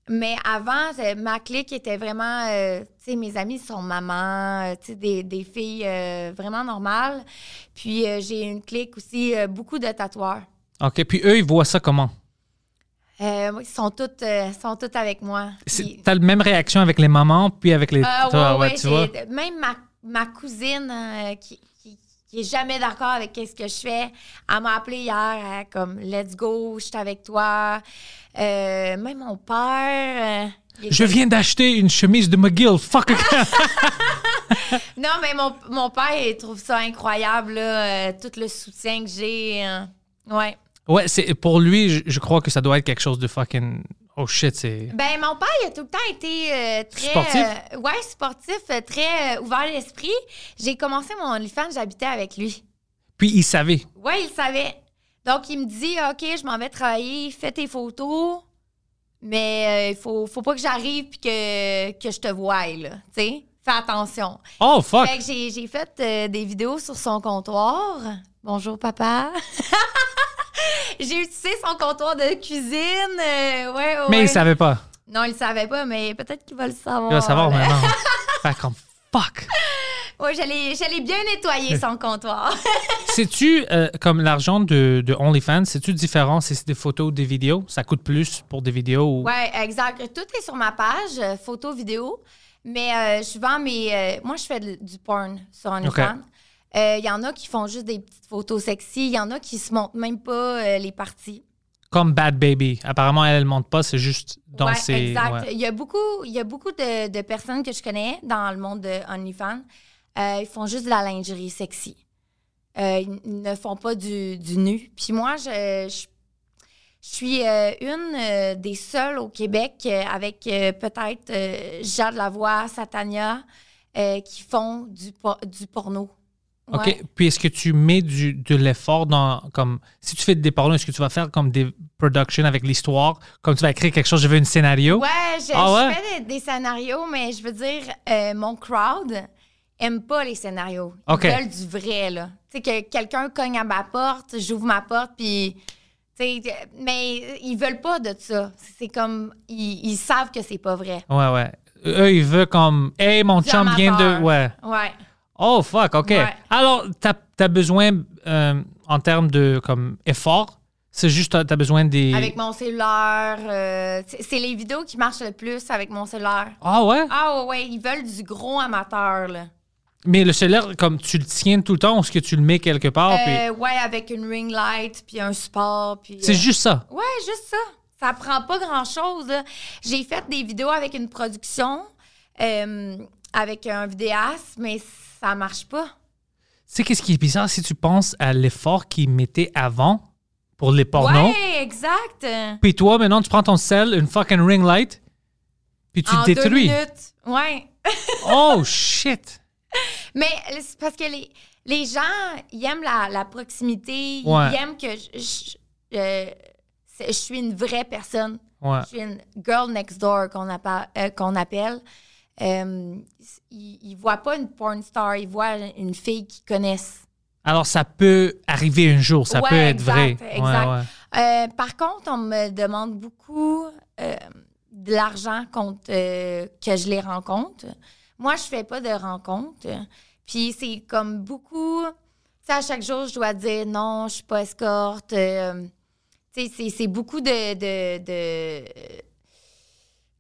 Speaker 3: Mais avant, euh, ma clique était vraiment. euh, tu sais, mes amis sont mamans, euh, tu sais, des, des filles euh, vraiment normales. Puis euh, j'ai une clique aussi, euh, beaucoup de tatoueurs.
Speaker 1: OK. Puis eux, ils voient ça comment?
Speaker 3: Euh, ils sont toutes, euh, sont toutes avec moi. Puis-
Speaker 1: C'est- T'as la même réaction avec les mamans, puis avec les.
Speaker 3: Ah,
Speaker 1: [laughs] toi,
Speaker 3: ouais,
Speaker 1: ouais,
Speaker 3: ouais,
Speaker 1: tu
Speaker 3: j'ai-
Speaker 1: vois?
Speaker 3: Même ma, ma cousine euh, qui, qui, qui est jamais d'accord avec ce que je fais, elle m'a appelé hier, elle, comme Let's go, je suis avec toi. Euh, même mon père. euh, il
Speaker 1: Je
Speaker 3: était-
Speaker 1: viens d'acheter une chemise de McGill. Fuck.
Speaker 3: Ah! Non, mais mon, mon père, il trouve ça incroyable, là, euh, tout le soutien que j'ai. euh, ouais.
Speaker 1: [laughs] Ouais, c'est pour lui, je, je crois que ça doit être quelque chose de fucking oh shit, c'est
Speaker 3: Ben, mon père, il a tout le temps été euh, très.
Speaker 1: Sportif?
Speaker 3: euh, ouais, sportif, euh, très euh, ouvert d'esprit. J'ai commencé mon OnlyFans, j'habitais avec lui.
Speaker 1: Puis il savait.
Speaker 3: Oui, il savait. Donc, il me dit OK, je m'en vais travailler, fais tes photos, mais euh, il faut, faut pas que j'arrive puis que, que je te voie, là. Tu sais? Fais attention.
Speaker 1: Oh, fuck!
Speaker 3: Fait que j'ai, j'ai fait euh, des vidéos sur son comptoir. Bonjour, papa. [laughs] j'ai utilisé son comptoir de cuisine. euh, ouais, ouais, Oh,
Speaker 1: Mais
Speaker 3: ouais.
Speaker 1: il savait pas.
Speaker 3: Non, il savait pas, mais peut-être qu'il va le savoir.
Speaker 1: Il va savoir
Speaker 3: là. [laughs]
Speaker 1: maintenant. Fait comme fuck.
Speaker 3: Ouais, j'allais, j'allais bien
Speaker 1: [laughs]
Speaker 3: nettoyer son comptoir.
Speaker 1: Sais-tu, euh, comme l'argent de, de OnlyFans, sais-tu différent si c'est des photos ou des vidéos? Ça coûte plus pour des vidéos ou.
Speaker 3: ouais, exact. Tout est sur ma page, euh, photo, vidéo. Mais euh, je vends mes. euh, moi, je fais de- du porn sur OnlyFans. Il y en a qui font juste des petites photos sexy. Il y en a qui se montrent même pas euh, les parties.
Speaker 1: Comme Bad Baby. Apparemment, elle ne monte pas, c'est juste dans
Speaker 3: Ouais,
Speaker 1: ses.
Speaker 3: exact.
Speaker 1: ouais.
Speaker 3: Il y a beaucoup, il y a beaucoup de, de personnes que je connais dans le monde de OnlyFans. euh, ils font juste de la lingerie sexy. Euh, ils ils ne font pas du, du nu. Puis moi, je, je, je suis euh, une euh, des seules au Québec euh, avec euh, peut-être euh, Jade Lavoie, Satania, euh, qui font du, por- du porno. Ouais.
Speaker 1: OK. Puis est-ce que tu mets du, de l'effort dans. comme Si tu fais des pornos, est-ce que tu vas faire comme des productions avec l'histoire? Comme tu vas écrire quelque chose, je veux un scénario?
Speaker 3: Ouais, je,
Speaker 1: Ah
Speaker 3: je fais des, des scénarios, mais je veux dire, euh, mon crowd aime pas les scénarios. Ils
Speaker 1: OK.
Speaker 3: veulent du vrai, là. Tu sais, que quelqu'un cogne à ma porte, j'ouvre ma porte, puis... tu sais, Mais ils veulent pas de ça. C'est comme... Ils, ils savent que c'est pas vrai.
Speaker 1: Ouais, ouais. Eux, ils veulent comme. Hey, mon
Speaker 3: Du
Speaker 1: chum vient de.
Speaker 3: amateur.
Speaker 1: Ouais.
Speaker 3: Ouais.
Speaker 1: Oh, fuck, OK.
Speaker 3: Ouais.
Speaker 1: Alors, t'as as besoin, euh, en termes de comme effort, c'est juste, t'as as besoin des...
Speaker 3: Avec mon cellulaire. euh, c'est c'est les vidéos qui marchent le plus avec mon cellulaire.
Speaker 1: Ah ouais?
Speaker 3: Ah ouais, ouais, ils veulent du gros amateur, là.
Speaker 1: Mais le cellulaire, comme tu le tiens tout le temps, ou est-ce que tu le mets quelque part? puis-
Speaker 3: Euh, ouais, avec une ring light, puis un support, puis...
Speaker 1: C'est
Speaker 3: euh,
Speaker 1: juste ça.
Speaker 3: Ouais, juste ça. Ça prend pas grand-chose. là. J'ai fait des vidéos avec une production, euh, avec un vidéaste, mais ça marche pas.
Speaker 1: Tu sais, qu'est-ce qui est bizarre si tu penses à l'effort qu'ils mettaient avant pour les pornos?
Speaker 3: Ouais, exact.
Speaker 1: Puis toi, maintenant, Oh, tu prends ton cell, une fucking ring light, puis tu
Speaker 3: en
Speaker 1: te détruis.
Speaker 3: deux minutes. Ouais.
Speaker 1: oh, shit!
Speaker 3: Mais c'est parce que les, les gens, ils aiment la, la proximité.
Speaker 1: Ouais.
Speaker 3: Ils aiment que je, je- euh, c'est- je suis une vraie personne.
Speaker 1: Ouais.
Speaker 3: Je suis une girl next door qu'on appa- euh, qu'on appelle. Euh, ils, ils voient pas une porn star, ils voient une fille qu'ils connaissent.
Speaker 1: Alors, ça peut arriver un jour, ça
Speaker 3: Ouais,
Speaker 1: peut être
Speaker 3: exact,
Speaker 1: vrai. Ouais,
Speaker 3: exact.
Speaker 1: ouais.
Speaker 3: Euh, par contre, on me demande beaucoup euh, de l'argent contre euh, que je les rencontre. Moi, je fais pas de rencontres. Puis c'est comme beaucoup. Tu sais, à chaque jour, je dois dire non, je suis pas escorte. Euh, tu sais, c'est- c'est beaucoup de. de, de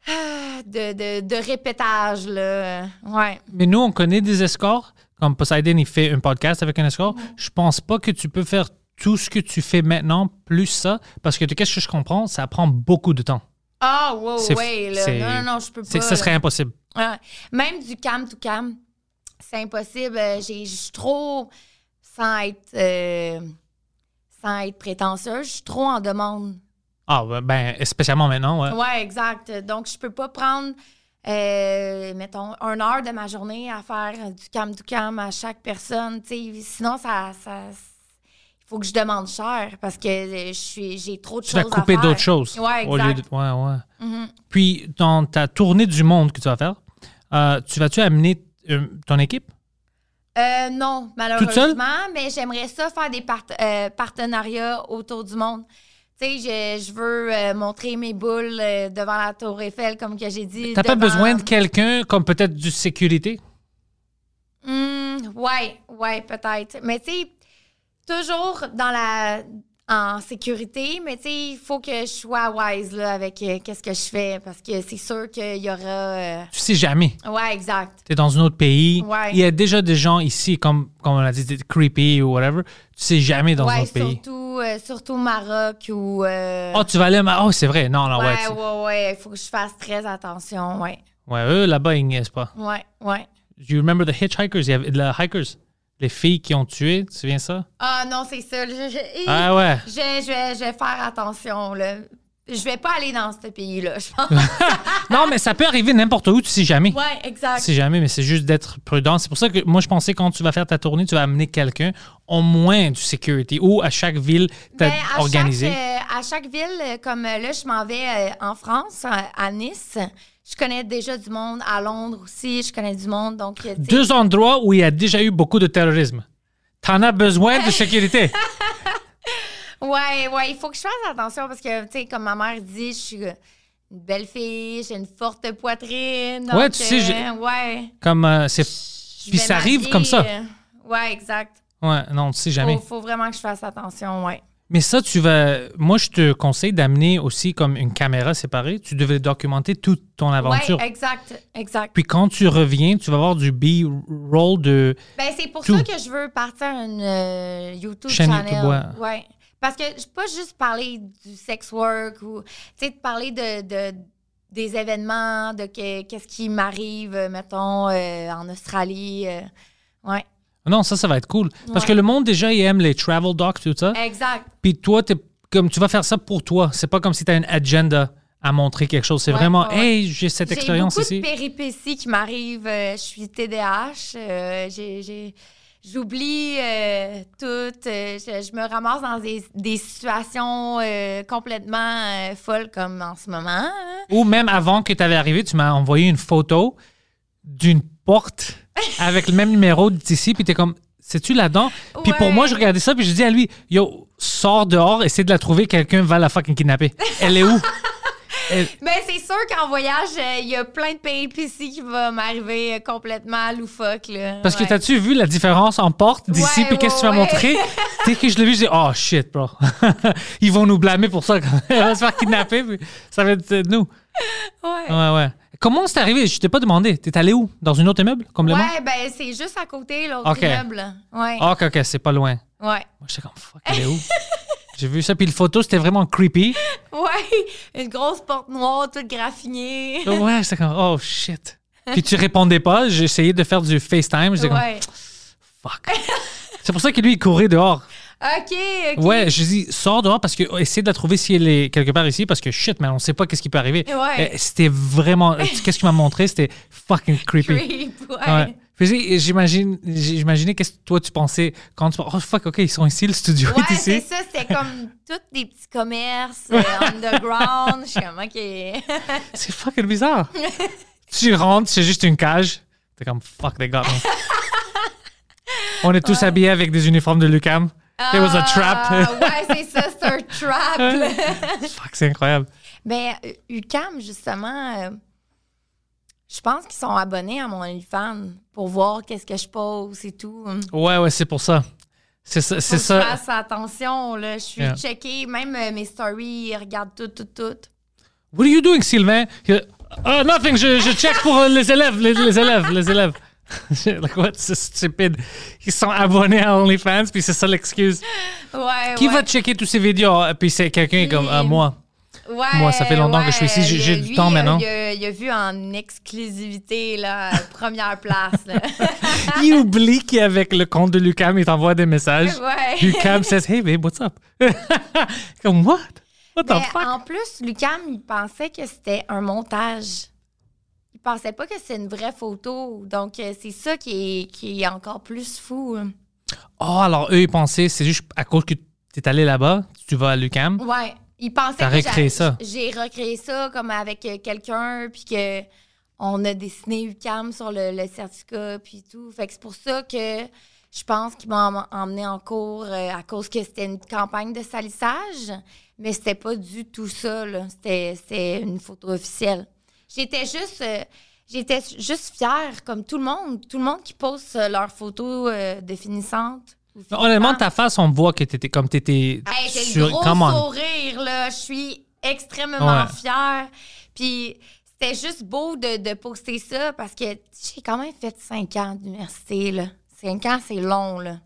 Speaker 3: [sighs] ah, de, de, de répétage, là. Ouais.
Speaker 1: Mais nous, on connaît des escorts. Comme Poseidon, il fait un podcast avec un escort.
Speaker 3: Mhm.
Speaker 1: Je pense pas que tu peux faire tout ce que tu fais maintenant, plus ça, parce que de qu'est-ce que je comprends, ça prend beaucoup de temps.
Speaker 3: Ah, wow,
Speaker 1: C'est-
Speaker 3: ouais, là.
Speaker 1: c'est-
Speaker 3: Non, non, non, je peux
Speaker 1: C'est-
Speaker 3: pas.
Speaker 1: Ça
Speaker 3: là.
Speaker 1: serait impossible.
Speaker 3: Ouais. Même du cam to cam, c'est impossible. Euh, J'ai, je suis trop, sans être, euh, sans être prétentieuse, je suis trop en demande.
Speaker 1: Ah, ouais, ben, spécialement maintenant, ouais.
Speaker 3: Ouais, exact. Donc, je peux pas prendre, euh, mettons, une heure de ma journée à faire du cam to cam à chaque personne. tu sais. Sinon, ça, ça, il faut que je demande cher parce que euh, je suis, j'ai trop de
Speaker 1: Tu vas
Speaker 3: choses à
Speaker 1: couper
Speaker 3: faire.
Speaker 1: d'autres choses.
Speaker 3: Ouais, exact. Mm-hmm.
Speaker 1: au lieu de- ouais, ouais. Puis, dans ta tournée du monde que tu vas faire, euh, tu vas-tu amener euh, ton équipe?
Speaker 3: Euh, non,
Speaker 1: Toute seule?
Speaker 3: malheureusement, mais j'aimerais ça faire des part- euh, partenariats autour du monde. Tu sais, je, je veux euh, montrer mes boules euh, devant la Tour Eiffel, comme que j'ai dit.
Speaker 1: T'as pas
Speaker 3: devant-
Speaker 1: besoin de quelqu'un comme peut-être du sécurité?
Speaker 3: Hmm, ouais, ouais, peut-être. Mais tu sais, toujours dans la en sécurité, mais tu sais, il faut que je sois wise là, avec euh, qu'est-ce que je fais, parce que c'est sûr qu'il y aura. euh,
Speaker 1: Tu sais jamais.
Speaker 3: Ouais, exact.
Speaker 1: tu es dans un autre pays,
Speaker 3: Ouais.
Speaker 1: il y a déjà des gens ici, comme, comme on a dit, des creepy ou whatever, tu sais jamais dans un
Speaker 3: ouais,
Speaker 1: autre pays.
Speaker 3: surtout, euh, surtout au Maroc ou. euh,
Speaker 1: Oh, tu vas aller au Maroc. Oh, c'est vrai. Non, non, ouais.
Speaker 3: Ouais,
Speaker 1: tu-
Speaker 3: ouais, ouais. Il faut que je fasse très attention. Ouais,
Speaker 1: ouais, eux, là-bas, ils niaisent pas.
Speaker 3: ouais, ouais.
Speaker 1: You remember the hitchhikers? Il y avait les hikers. Les filles qui ont tué, tu te souviens de ça?
Speaker 3: Ah non, c'est ça. Je, je,
Speaker 1: Ah ouais.
Speaker 3: je, je vais, je vais faire attention. Là. Je vais pas aller dans ce pays-là, je
Speaker 1: [laughs]
Speaker 3: pense.
Speaker 1: Non, mais ça peut arriver n'importe où, tu sais jamais.
Speaker 3: ouais, exact.
Speaker 1: Si jamais, mais c'est juste d'être prudent. C'est pour ça que moi, je pensais quand tu vas faire ta tournée, tu vas amener quelqu'un au moins du sécurité ou à chaque ville, t'as
Speaker 3: Ben, à
Speaker 1: organisé.
Speaker 3: Chaque, euh, à chaque ville, euh, comme euh, là, je m'en vais euh, en France, euh, à Nice. Je connais déjà du monde. À Londres aussi, je connais du monde. Donc, euh, tu sais,
Speaker 1: Deux endroits où il y a déjà eu beaucoup de terrorisme. T'en as besoin de
Speaker 3: [laughs]
Speaker 1: sécurité.
Speaker 3: Ouais, ouais, il faut que je fasse attention parce que, tu sais, comme ma mère dit, je suis euh, une belle fille, j'ai une forte poitrine.
Speaker 1: Ouais,
Speaker 3: donc,
Speaker 1: tu sais, j'ai-
Speaker 3: euh, Ouais.
Speaker 1: comme euh, c'est.
Speaker 3: je
Speaker 1: Puis
Speaker 3: vais
Speaker 1: ça arrive
Speaker 3: m'habiller,
Speaker 1: comme ça.
Speaker 3: euh, Ouais, exact.
Speaker 1: Ouais, non, tu sais jamais.
Speaker 3: Faut, faut vraiment que je fasse attention, ouais.
Speaker 1: Mais ça, tu vas. Moi, je te conseille d'amener aussi comme une caméra séparée. Tu devais documenter toute ton aventure.
Speaker 3: Ouais, exact, exact.
Speaker 1: Puis quand tu reviens, tu vas avoir du B-roll de.
Speaker 3: Ben, c'est pour
Speaker 1: Tout.
Speaker 3: ça que je veux partir une euh, YouTube
Speaker 1: Chaîne
Speaker 3: channel.
Speaker 1: YouTube,
Speaker 3: ouais. Parce que je peux pas juste parler du sex work ou, tu sais, de parler de, de- des événements, de que- qu'est-ce qui m'arrive, euh, mettons, euh, en Australie. euh, ouais,
Speaker 1: Non, ça, ça va être cool. Parce
Speaker 3: Ouais. Eh.
Speaker 1: que le monde, déjà, il aime les travel docs, tout ça.
Speaker 3: exact.
Speaker 1: Puis toi, t'es- comme tu vas faire ça pour toi. C'est pas comme si tu as une agenda à montrer quelque chose. C'est
Speaker 3: Ouais,
Speaker 1: vraiment,
Speaker 3: ouais, ouais.
Speaker 1: hey, j'ai cette
Speaker 3: J'ai
Speaker 1: expérience
Speaker 3: beaucoup
Speaker 1: ici.
Speaker 3: de péripéties qui m'arrivent. euh, je suis TDAH. euh, j'ai- j'ai- J'oublie euh, tout. euh, je, je me ramasse dans des, des situations euh, complètement euh, folles comme en ce moment. hein.
Speaker 1: Ou même avant que tu avais arrivé, tu m'as envoyé une photo d'une
Speaker 3: [laughs]
Speaker 1: porte avec le même numéro d'ici. Puis tu es comme, c'est-tu là-dedans? Puis pour
Speaker 3: Ouais.
Speaker 1: moi, je regardais ça. Puis je dis à lui, yo, sors dehors, essaie de la trouver. Quelqu'un va la fucking kidnapper. Elle est où? Elle-
Speaker 3: Mais c'est sûr qu'en voyage, euh, il y a plein de péripéties qui vont m'arriver euh, complètement loufoque. Là.
Speaker 1: Parce que
Speaker 3: Ouais.
Speaker 1: t'as-tu vu la différence en porte d'ici,
Speaker 3: Ouais,
Speaker 1: puis qu'est-ce que tu m'as
Speaker 3: ouais, [laughs]
Speaker 1: montré? Dès que je l'ai vu, j'ai dit, oh shit, bro. [laughs] Ils vont nous blâmer pour ça. quand [laughs] On va se faire kidnapper, puis ça va être euh, nous.
Speaker 3: Ouais.
Speaker 1: Ouais, ouais. Comment c'est arrivé? Je t'ai pas demandé. T'es allé où? Dans une autre immeuble, complètement?
Speaker 3: Ouais, ben c'est juste à côté, l'autre
Speaker 1: Ok.
Speaker 3: immeuble. Ouais.
Speaker 1: Ah, Ok, ok, c'est pas loin.
Speaker 3: Ouais.
Speaker 1: Moi, j'étais comme, fuck, elle est
Speaker 3: [laughs]
Speaker 1: où? J'ai vu ça, puis le photo, c'était vraiment creepy.
Speaker 3: Ouais. [laughs] Une grosse porte noire, toute graffinée.
Speaker 1: Ouais, j'étais comme, oh shit. Puis tu répondais pas, j'ai essayé de faire du FaceTime, j'étais
Speaker 3: Ouais.
Speaker 1: comme, fuck. C'est pour ça que lui, il courait dehors.
Speaker 3: OK, OK.
Speaker 1: Ouais, je dis sors dehors parce que oh, essaie de la trouver si elle est quelque part ici parce que shit, mais on sait pas qu'est-ce qui peut arriver.
Speaker 3: Ouais.
Speaker 1: Euh, C'était vraiment euh, qu'est-ce qu'il m'a montré, c'était fucking creepy.
Speaker 3: Creep, ouais.
Speaker 1: Ouais. Puis, tu sais, J'imagine, j'ai- j'imaginais qu'est-ce que toi tu pensais quand tu oh fuck ok ils sont ici le studio
Speaker 3: Ouais,
Speaker 1: est
Speaker 3: c'est
Speaker 1: ici.
Speaker 3: ça,
Speaker 1: [laughs]
Speaker 3: c'était comme tous des petits commerces euh, underground. Je suis comme, OK.
Speaker 1: C'est fucking
Speaker 3: [laughs]
Speaker 1: bizarre. tu rentres, c'est juste une cage. T'es comme fuck they got me.
Speaker 3: [laughs]
Speaker 1: on est tous habillés avec des uniformes de Lucam. It was a trap.
Speaker 3: Ah, ouais, c'est ça, c'est un trap. là.
Speaker 1: [laughs] fuck c'est incroyable.
Speaker 3: ben, euh, UCAM, justement, euh, je pense qu'ils sont abonnés à mon OnlyFans pour voir qu'est-ce que je pose et tout.
Speaker 1: Ouais ouais c'est pour ça. C'est ça.
Speaker 3: Faut
Speaker 1: C'est
Speaker 3: que
Speaker 1: ça.
Speaker 3: Je fasse attention, là. Je suis
Speaker 1: Yeah.
Speaker 3: checkée. Même euh, mes stories, ils regardent tout, tout, tout.
Speaker 1: What are you doing, Sylvain? He- Ah, nothing, je, je check pour euh, les élèves, les, les élèves, les élèves. [laughs] like, what? C'est stupide. Ils sont abonnés à OnlyFans, puis c'est ça l'excuse.
Speaker 3: Ouais,
Speaker 1: Qui
Speaker 3: ouais.
Speaker 1: va checker tous ces vidéos? Ah, Puis c'est quelqu'un comme ah,
Speaker 3: Lui. [laughs]
Speaker 1: moi.
Speaker 3: Ouais,
Speaker 1: Moi, ça fait longtemps que je suis ici. J'ai-
Speaker 3: le-
Speaker 1: j'ai du
Speaker 3: lui,
Speaker 1: temps
Speaker 3: il a-
Speaker 1: maintenant.
Speaker 3: Il a, il a vu en exclusivité, là, [laughs] première
Speaker 1: [laughs]
Speaker 3: place. là.
Speaker 1: Il oublie qu'avec le compte de Lucam, il t'envoie des messages.
Speaker 3: Ouais. [laughs]
Speaker 1: Lucam says, hey babe, what's up? [laughs] comme, what? What the
Speaker 3: Mais
Speaker 1: fuck?
Speaker 3: en plus, Lucam, il pensait que c'était un montage. Il pensait pas que c'est une vraie photo. Donc, euh, c'est ça qui est, qui est encore plus fou. hein.
Speaker 1: Oh, alors eux, ils pensaient, c'est juste à cause que t'es allé là-bas, tu vas à Lucam.
Speaker 3: Ouais. Il pensait
Speaker 1: T'as
Speaker 3: que
Speaker 1: recréé
Speaker 3: j'a-
Speaker 1: ça.
Speaker 3: J'ai recréé ça comme avec euh, quelqu'un, puis que on a dessiné UCAM sur le, le certificat, puis tout. Fait que c'est pour ça que je pense qu'ils m'ont emmené en cours euh, à cause que c'était une campagne de salissage, mais c'était pas du tout ça, là. C'était c'était une photo officielle. J'étais juste. euh, J'étais juste fière, comme tout le monde, tout le monde qui poste euh, leurs photos euh, définissantes. ou
Speaker 1: Honnêtement,
Speaker 3: finissantes.
Speaker 1: ta face, on voit que t'étais comme t'étais
Speaker 3: Hey, j'ai
Speaker 1: sur.
Speaker 3: le gros
Speaker 1: come on.
Speaker 3: sourire, là. Je suis extrêmement
Speaker 1: Ouais.
Speaker 3: fière. Puis c'était juste beau de, de poster ça parce que j'ai quand même fait cinq ans d'université, là. Cinq ans, c'est long, là.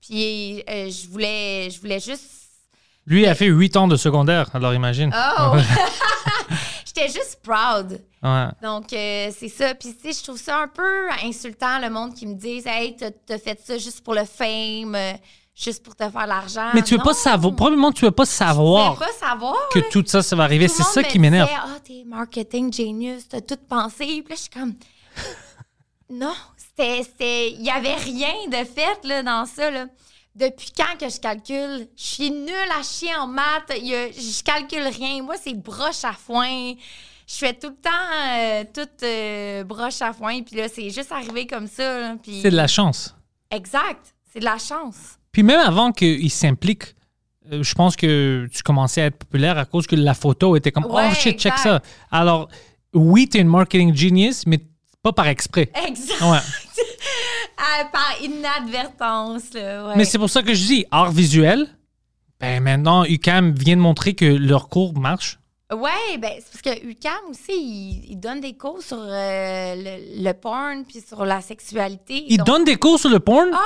Speaker 3: Puis euh, je voulais je voulais juste...
Speaker 1: Lui a fait 8 ans de secondaire, alors imagine.
Speaker 3: Oh! [laughs] J'étais juste proud.
Speaker 1: Ouais.
Speaker 3: Donc, euh, c'est ça. Puis, tu sais, je trouve ça un peu insultant, le monde qui me dit Hey, t'as t'as fait ça juste pour le fame. Euh, juste pour te faire de l'argent.
Speaker 1: Mais tu veux
Speaker 3: Non.
Speaker 1: pas savoir. Probablement, tu veux pas
Speaker 3: Je
Speaker 1: savoir
Speaker 3: voulais pas savoir.
Speaker 1: que
Speaker 3: là.
Speaker 1: tout ça, ça va arriver.
Speaker 3: Tout
Speaker 1: C'est
Speaker 3: le
Speaker 1: ça
Speaker 3: monde
Speaker 1: qui
Speaker 3: me
Speaker 1: m'énerve.
Speaker 3: disait, Ah, t'es marketing genius, t'as tout pensé. Puis là, je suis comme. [laughs] non, c'était. c'était- Il n'y avait rien de fait là, dans ça. Là. Depuis quand que je calcule? Je suis nulle à chier en maths. Il y a- Je calcule rien. Moi, c'est broche à foin. Je fais tout le temps euh, tout euh, broche à foin. Puis là, c'est juste arrivé comme ça. là, puis...
Speaker 1: C'est de la chance.
Speaker 3: Exact. C'est de la chance.
Speaker 1: Puis même avant qu'il s'implique, euh, je pense que tu commençais à être populaire à cause que la photo était comme
Speaker 3: Ouais,
Speaker 1: Oh shit, check
Speaker 3: exact.
Speaker 1: ça. Alors, oui, t'es une marketing genius, mais pas par exprès.
Speaker 3: Exact. [laughs]
Speaker 1: Ouais.
Speaker 3: Ah, par inadvertance. Là, ouais.
Speaker 1: Mais c'est pour ça que je dis art visuel. Ben maintenant, UCAM vient de montrer que leur cours marche.
Speaker 3: Oui, ben, c'est parce que UCAM aussi, ils il donnent des cours sur euh, le, le porn puis sur la sexualité.
Speaker 1: Ils
Speaker 3: Donc-
Speaker 1: donnent des cours sur le porn,
Speaker 3: Ah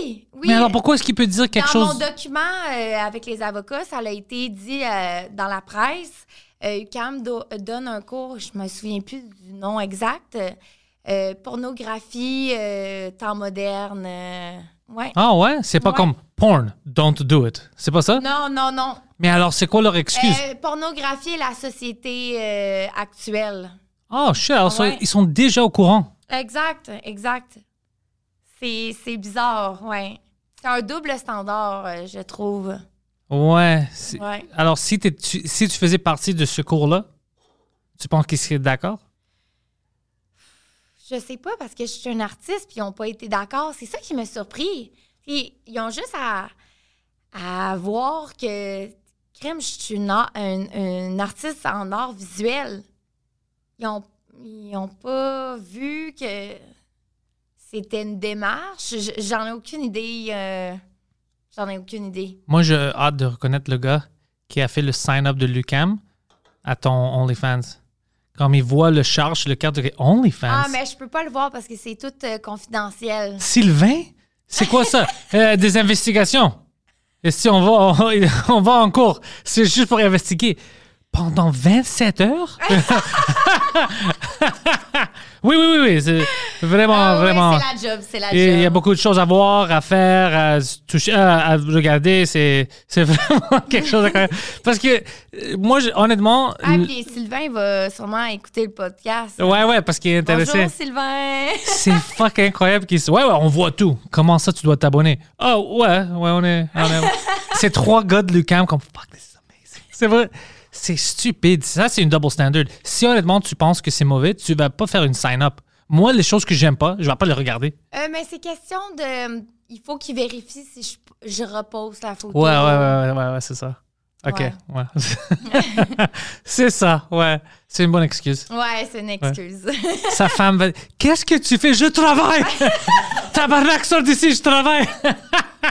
Speaker 3: oui, oui, oui.
Speaker 1: mais alors pourquoi est-ce qu'ils peut dire quelque
Speaker 3: dans
Speaker 1: chose
Speaker 3: mon document euh, avec les avocats, ça a été dit euh, dans la presse. Euh, UCAM do- donne un cours, je me souviens plus du nom exact, euh, pornographie, euh, temps moderne. euh, ouais.
Speaker 1: Ah ouais, c'est pas
Speaker 3: Ouais.
Speaker 1: comme porn, don't do it. C'est pas ça
Speaker 3: Non, non, non.
Speaker 1: Mais alors, c'est quoi leur excuse
Speaker 3: Euh, pornographie et la société euh, actuelle.
Speaker 1: Oh shit, alors ça,
Speaker 3: ouais.
Speaker 1: ils sont déjà au courant.
Speaker 3: Exact, exact. C'est c'est bizarre, ouais. C'est un double standard, euh, je trouve.
Speaker 1: Ouais. c'est-
Speaker 3: Ouais.
Speaker 1: Alors, si, t'es- tu, si tu faisais partie de ce cours-là, tu penses qu'ils seraient d'accord?
Speaker 3: Je sais pas parce que je suis un artiste puis ils ont pas été d'accord. C'est ça qui m'a surpris. Ils, ils ont juste à, à voir que crème, je suis une, ar- un- un artiste en art visuel. Ils ont ils ont pas vu que c'était une démarche. J- J'en ai aucune idée. euh, J'en ai aucune idée.
Speaker 1: Moi, j'ai hâte de reconnaître le gars qui a fait le sign-up de Lucam à ton OnlyFans. Quand il voit le charge, le cadre de OnlyFans.
Speaker 3: Ah, mais je peux pas le voir parce que c'est tout euh, confidentiel.
Speaker 1: Sylvain? C'est quoi
Speaker 3: [laughs]
Speaker 1: ça? Euh, des investigations. Et si on va, [laughs] on, va en cours, c'est juste pour investiguer. Pendant 27
Speaker 3: [laughs]
Speaker 1: heures? [laughs] oui, oui, oui, oui. C'est vraiment,
Speaker 3: Ah ouais,
Speaker 1: vraiment.
Speaker 3: c'est la job, c'est la
Speaker 1: Et Il y a
Speaker 3: job.
Speaker 1: beaucoup de choses à voir, à faire, à se toucher, à, à regarder. C'est c'est [laughs] vraiment quelque chose. De... Parce que euh, moi, je- honnêtement,
Speaker 3: Ah, puis Sylvain va sûrement écouter le podcast.
Speaker 1: l- ouais, ouais, parce qu'il est intéressé.
Speaker 3: Bonjour Sylvain. [laughs]
Speaker 1: C'est fucking incroyable qu'il se- Ouais, ouais, on voit tout. Comment ça, tu dois t'abonner? Ah, ouais, ouais, on est. on est- c'est trois gars de Lucam comme fuck, this is amazing. C'est vrai. C'est stupide. Ça, c'est une double standard. Si honnêtement, tu penses que c'est mauvais, tu vas pas faire une sign-up. Moi, les choses que j'aime pas, je vais pas les regarder.
Speaker 3: Euh, mais c'est question de. Il faut qu'il vérifie si je, je repose la photo.
Speaker 1: Ouais, ouais, ouais, ouais, ouais, ouais, c'est ça. OK, ouais.
Speaker 3: Ouais.
Speaker 1: [laughs] c'est ça, ouais. C'est une bonne excuse.
Speaker 3: Ouais, c'est une excuse. [laughs]
Speaker 1: Sa femme va Qu'est-ce que tu fais? Je travaille! Tabarnak, sort d'ici, je travaille! [laughs]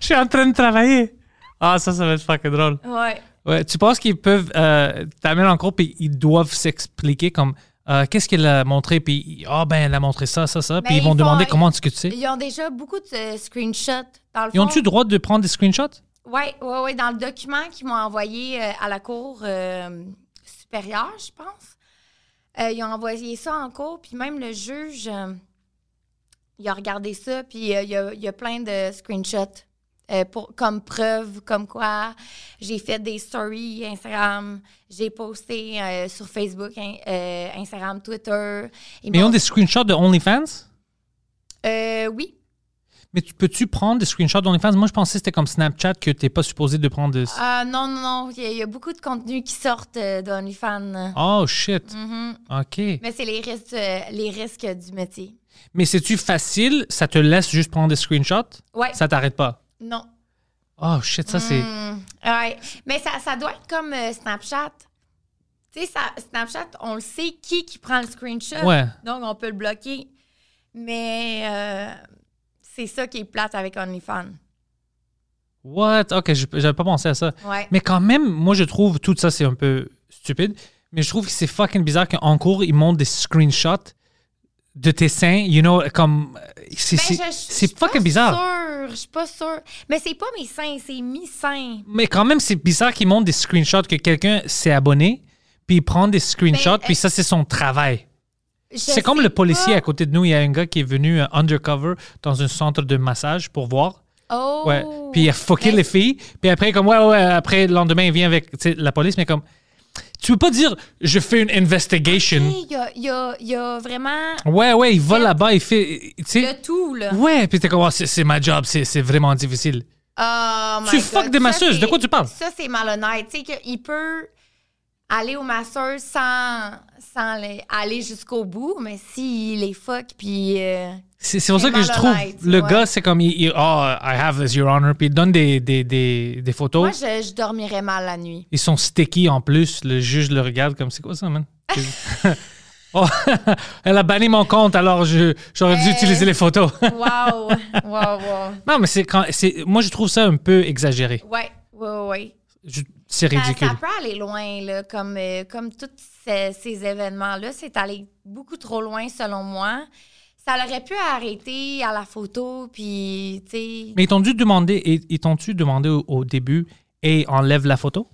Speaker 1: je suis en train de travailler. Ah, ça, ça va être fucking drôle.
Speaker 3: ouais.
Speaker 1: Ouais, tu penses qu'ils peuvent euh, t'amener en cours puis ils doivent s'expliquer comme euh, qu'est-ce qu'elle a montré puis ah ben elle a montré ça ça ça puis
Speaker 3: Mais
Speaker 1: ils vont
Speaker 3: Ben, ils font-
Speaker 1: demander comment est-ce que tu sais.
Speaker 3: Ils ont déjà beaucoup de euh, screenshots dans le
Speaker 1: Ils
Speaker 3: fond.
Speaker 1: ont-tu droit de prendre des screenshots?
Speaker 3: Ouais, ouais, ouais, dans le document qu'ils m'ont envoyé euh, à la cour euh, supérieure, je pense. Euh, ils ont envoyé ça en cours, puis même le juge, euh, il a regardé ça, puis euh, il, y a, il y a plein de screenshots euh, pour, comme preuve, comme quoi j'ai fait des stories Instagram, j'ai posté euh, sur Facebook, in- euh, Instagram, Twitter.
Speaker 1: Mais ils ont des screenshots de OnlyFans?
Speaker 3: Euh, oui.
Speaker 1: Mais tu- peux-tu prendre des screenshots d'OnlyFans? Moi, je pensais que c'était comme Snapchat que t'es pas supposé de prendre. Des...
Speaker 3: Ah, non, non, non, il y, a- il y a beaucoup de contenus qui sortent euh, d'OnlyFans.
Speaker 1: Oh shit.
Speaker 3: Mm-hmm.
Speaker 1: OK.
Speaker 3: Mais c'est les risques, euh, les risques du métier.
Speaker 1: Mais c'est-tu facile? Ça te laisse juste prendre des screenshots?
Speaker 3: Ouais. Hmm.
Speaker 1: Ça t'arrête pas?
Speaker 3: Non.
Speaker 1: Oh shit, ça c'est.
Speaker 3: Ouais. Mais ça, ça doit être comme euh, Snapchat. Tu sais, ça- Snapchat, on le sait qui qui prend le screenshot.
Speaker 1: Ouais.
Speaker 3: Donc, on peut le bloquer. Mais euh, c'est ça qui est plate avec OnlyFans. Ben,
Speaker 1: What? OK, je- j'avais pas pensé à ça.
Speaker 3: Ouais.
Speaker 1: Mais quand même, moi, je trouve tout ça, c'est un peu stupide. Mais je trouve que c'est fucking bizarre qu'en cours, ils montrent des screenshots de tes seins, you know, comme. euh, C'est
Speaker 3: Ben,
Speaker 1: c'est-
Speaker 3: je- je-
Speaker 1: c'est
Speaker 3: je suis pas
Speaker 1: fucking bizarre.
Speaker 3: sûre, Je suis pas sûre. Mais c'est pas mes seins, c'est mes seins.
Speaker 1: Mais quand même, c'est bizarre qu'ils montrent des screenshots que quelqu'un s'est abonné, puis il prend des screenshots,
Speaker 3: Mais,
Speaker 1: puis
Speaker 3: euh,
Speaker 1: ça, c'est son travail.
Speaker 3: Je
Speaker 1: C'est comme
Speaker 3: sais
Speaker 1: le policier
Speaker 3: pas.
Speaker 1: à côté de nous. Il y a un gars qui est venu euh, undercover dans un centre de massage pour voir.
Speaker 3: Oh! Ben
Speaker 1: Ouais. Puis euh, il a fucké
Speaker 3: Mais-
Speaker 1: les filles. Puis après, comme, ouais, ouais, après, le lendemain, il vient avec tu sais, la police, mais comme, tu veux pas dire, je fais une investigation.
Speaker 3: Hey, Il y a, il y a- il y a vraiment
Speaker 1: Ouais, ouais, il va là-bas, il fait. Tu
Speaker 3: le
Speaker 1: sais.
Speaker 3: tout, là.
Speaker 1: Ouais, puis t'es comme, Ah, c'est c'est ma job, c'est c'est vraiment difficile.
Speaker 3: Oh my
Speaker 1: Tu
Speaker 3: God,
Speaker 1: fuck des
Speaker 3: ça,
Speaker 1: masseuses, de
Speaker 3: c'est-
Speaker 1: quoi tu parles?
Speaker 3: Ça, c'est malhonnête. Tu sais qu'il peut aller aux masseuses sans, sans les- aller jusqu'au bout, mais s'il les fuck, puis... euh,
Speaker 1: C'est c'est pour ça
Speaker 3: C'est
Speaker 1: que je trouve,
Speaker 3: malhonnête,
Speaker 1: le
Speaker 3: ouais.
Speaker 1: gars, c'est comme, il, il- oh, I have this, your honor, puis il donne des, des, des, des photos.
Speaker 3: Moi, je, je dormirais mal la nuit.
Speaker 1: Ils sont sticky en plus. Le juge le regarde comme c'est quoi ça,
Speaker 3: [laughs]
Speaker 1: man? Oh, [laughs] elle a banni mon compte, alors je- j'aurais dû
Speaker 3: Hey.
Speaker 1: utiliser les photos. [laughs]
Speaker 3: Wow! [laughs] wow, wow.
Speaker 1: non, mais c'est quand. c'est- Moi, je trouve ça un peu exagéré.
Speaker 3: Ouais, ouais, ouais.
Speaker 1: Je- C'est
Speaker 3: Ben, Ça-
Speaker 1: ridicule.
Speaker 3: Ça, peut aller loin, là, comme, euh, comme tous ces, ces événements-là. C'est allé beaucoup trop loin, selon moi. Ça aurait pu arrêter à la photo, puis, tu sais...
Speaker 1: Mais ils t'ont dû demander, et- ils t'ont-tu demandé au, au début, et enlève la photo?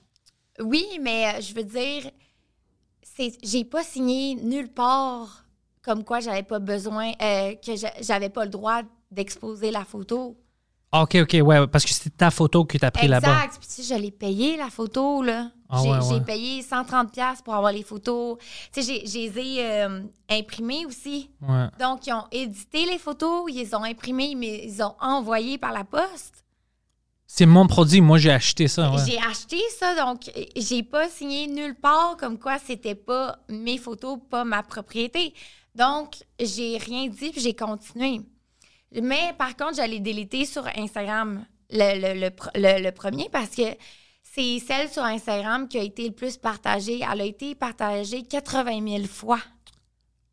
Speaker 3: Oui, mais euh, je veux dire, c'est- j'ai pas signé nulle part comme quoi j'avais pas besoin, euh, que j'a- j'avais pas le droit d'exposer la photo.
Speaker 1: Ah, Ok, ok, ouais, parce que c'est ta photo que t'as pris là-bas.
Speaker 3: Exact. Puis tu sais, je l'ai payé la photo, là.
Speaker 1: Ah
Speaker 3: j'ai
Speaker 1: ouais,
Speaker 3: j'ai
Speaker 1: ouais.
Speaker 3: payé 130$ pour avoir les photos. Tu sais, j'ai- je les ai euh, imprimées aussi.
Speaker 1: Ouais.
Speaker 3: Donc, ils ont édité les photos, ils les ont imprimées, mais ils ont envoyé par la poste.
Speaker 1: C'est mon produit, moi j'ai acheté ça. ouais.
Speaker 3: J'ai acheté ça, donc euh, j'ai pas signé nulle part comme quoi c'était pas mes photos, pas ma propriété. Donc, j'ai rien dit puis j'ai continué. Mais par contre, j'allais déléter sur Instagram le, le- le pr- le- le premier parce que c'est celle sur Instagram qui a été le plus partagée. Elle a été partagée 80 000 fois.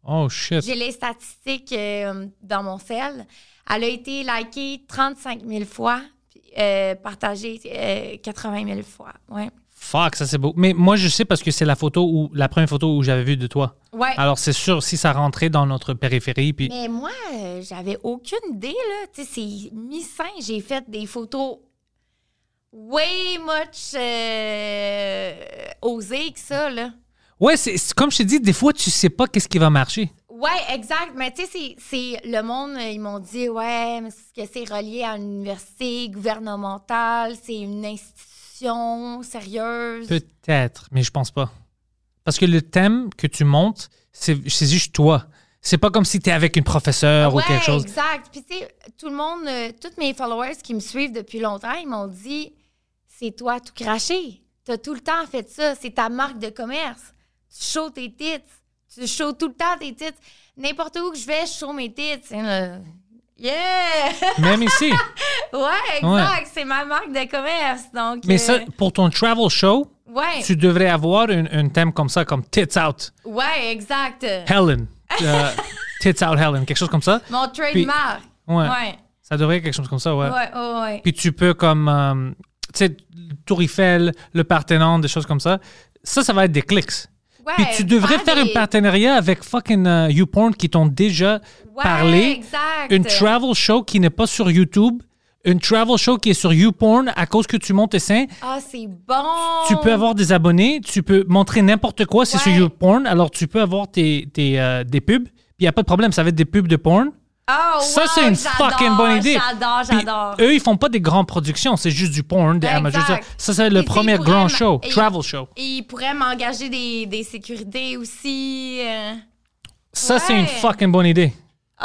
Speaker 1: Oh shit.
Speaker 3: J'ai les statistiques euh, dans mon cell. Elle a été likée 35 000 fois, puis, euh, partagée euh, 80 000 fois. Ouais.
Speaker 1: Fuck, ça c'est beau. Mais moi je sais parce que c'est la photo où, la première photo où j'avais vu de toi.
Speaker 3: Ouais.
Speaker 1: Alors c'est sûr, si ça rentrait dans notre périphérie, puis
Speaker 3: Mais moi, euh, j'avais aucune idée, là. Tu sais, c'est mi-saint. J'ai fait des photos way much euh, osées que ça, là.
Speaker 1: Ouais, c'est c'est- comme je te dis, des fois, tu sais pas qu'est-ce qui va marcher.
Speaker 3: Ouais, exact. Mais tu sais, c'est- c'est le monde, euh, ils m'ont dit, ouais, mais c'est que c'est relié à une université gouvernementale, c'est une institution sérieuse.
Speaker 1: Peut-être, mais je pense pas. Parce que le thème que tu montes, c'est c'est juste toi. C'est pas comme si tu es avec une professeure ou
Speaker 3: Ouais,
Speaker 1: quelque chose.
Speaker 3: exact. Puis tu sais, tout le monde, euh, tous mes followers qui me suivent depuis longtemps, ils m'ont dit, c'est toi tout craché. T'as tout le temps fait ça. C'est ta marque de commerce. Tu shows tes titres. Tu shows tout le temps tes titres. N'importe où que je vais, je show mes titres. C'est le- Yeah! [laughs]
Speaker 1: Même ici.
Speaker 3: Ouais, exact.
Speaker 1: Ouais.
Speaker 3: C'est ma marque de commerce. Donc,
Speaker 1: Mais
Speaker 3: euh,
Speaker 1: ça, pour ton travel show,
Speaker 3: ouais,
Speaker 1: tu devrais avoir un, un thème comme ça, comme Tits Out
Speaker 3: ouais, exact.
Speaker 1: Helen.
Speaker 3: [laughs]
Speaker 1: Euh, tits Out Helen, quelque chose comme ça.
Speaker 3: Mon trademark.
Speaker 1: Ouais.
Speaker 3: Ouais,
Speaker 1: Ça devrait être quelque chose comme ça, ouais.
Speaker 3: ouais, ouais, ouais.
Speaker 1: Puis tu peux comme, euh, tu sais, le Tour Eiffel, le Parthenon, des choses comme ça. Ça, ça va être des clics.
Speaker 3: Ouais,
Speaker 1: Puis tu devrais faire
Speaker 3: des-
Speaker 1: un partenariat avec fucking euh, YouPorn qui t'ont déjà
Speaker 3: Ouais,
Speaker 1: parlé.
Speaker 3: exact.
Speaker 1: Une travel show qui n'est pas sur YouTube. Une travel show qui est sur YouPorn à cause que tu montes tes seins.
Speaker 3: Ah, c'est bon.
Speaker 1: Tu peux avoir des abonnés. Tu peux montrer n'importe quoi. C'est sur
Speaker 3: Oh. Ouais.
Speaker 1: YouPorn. Alors tu peux avoir tes, tes, euh, des pubs. Puis il n'y a pas de problème. Ça va être des pubs de porn.
Speaker 3: Oh,
Speaker 1: Ça,
Speaker 3: wow,
Speaker 1: c'est une
Speaker 3: j'adore,
Speaker 1: fucking bonne idée.
Speaker 3: J'adore,
Speaker 1: Puis
Speaker 3: j'adore.
Speaker 1: Eux, ils font pas des grandes productions. C'est juste du porn, des amateurs. Ça,
Speaker 3: Exact.
Speaker 1: ça c'est le
Speaker 3: Puis,
Speaker 1: premier
Speaker 3: ils pourraient
Speaker 1: grand
Speaker 3: m-
Speaker 1: show,
Speaker 3: et-
Speaker 1: travel show.
Speaker 3: Et ils pourraient m'engager des, des sécurités aussi. euh.
Speaker 1: Ça, c'est une
Speaker 3: Ouais.
Speaker 1: fucking bonne idée.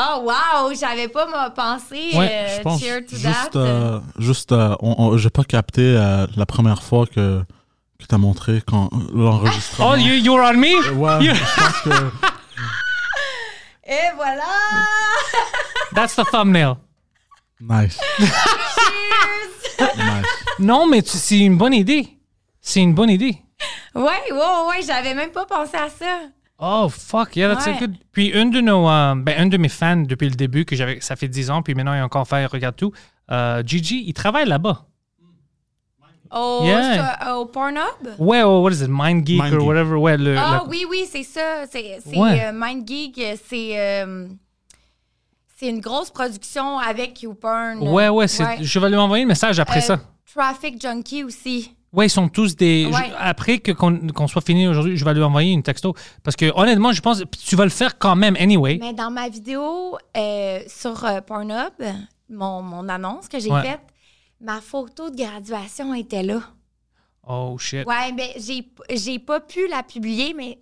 Speaker 3: Oh, wow, j'avais pas ma pensée.
Speaker 1: Ouais,
Speaker 3: euh,
Speaker 4: [laughs] Je pense
Speaker 3: cheer to
Speaker 4: juste,
Speaker 3: that.
Speaker 4: euh, juste euh, on- on- j'ai pas capté euh, la première fois que, que t'as montré quand euh, l'enregistrement.
Speaker 1: Oh, you, you're on me?
Speaker 4: Ouais,
Speaker 1: You-
Speaker 4: je pense que
Speaker 3: Et
Speaker 1: [laughs]
Speaker 3: voilà!
Speaker 1: That's the thumbnail.
Speaker 4: nice, nice.
Speaker 1: Non, mais tu- c'est une bonne idée. C'est une bonne idée.
Speaker 3: Ouais, ouais, ouais, j'avais même pas pensé à ça.
Speaker 1: Oh, fuck, yeah, that's
Speaker 3: Ouais.
Speaker 1: so good. Puis, une de nos, euh, ben, un de mes fans depuis le début, que j'avais, ça fait 10 ans, puis maintenant, il est encore fait, regarde tout. euh, Gigi, il travaille là-bas.
Speaker 3: Au,
Speaker 1: Yeah.
Speaker 3: sur- au Pornhub?
Speaker 1: Ouais, oh, what is it? Mind Geek
Speaker 4: Mind
Speaker 1: or
Speaker 4: Geek.
Speaker 1: whatever. Ouais, le,
Speaker 3: Ah
Speaker 1: le-
Speaker 3: oui, oui, c'est ça. C'est c'est,
Speaker 1: Ouais.
Speaker 3: euh, MindGeek, euh, c'est euh, c'est une grosse production avec YouPorn.
Speaker 1: Ouais, ouais, c'est- je vais lui envoyer le message après
Speaker 3: Euh,
Speaker 1: ça.
Speaker 3: Traffic Junkie aussi.
Speaker 1: Ouais, ils sont tous des. je-
Speaker 3: Ouais.
Speaker 1: après que qu'on qu'on soit fini aujourd'hui, je vais lui envoyer une texto. Parce que honnêtement, je pense tu vas le faire quand même anyway.
Speaker 3: Mais dans ma vidéo euh, sur euh, Pornhub, mon, mon annonce que j'ai
Speaker 1: Ouais.
Speaker 3: faite, ma photo de graduation était là.
Speaker 1: Oh shit.
Speaker 3: Ouais, mais j'ai, j'ai pas pu la publier, mais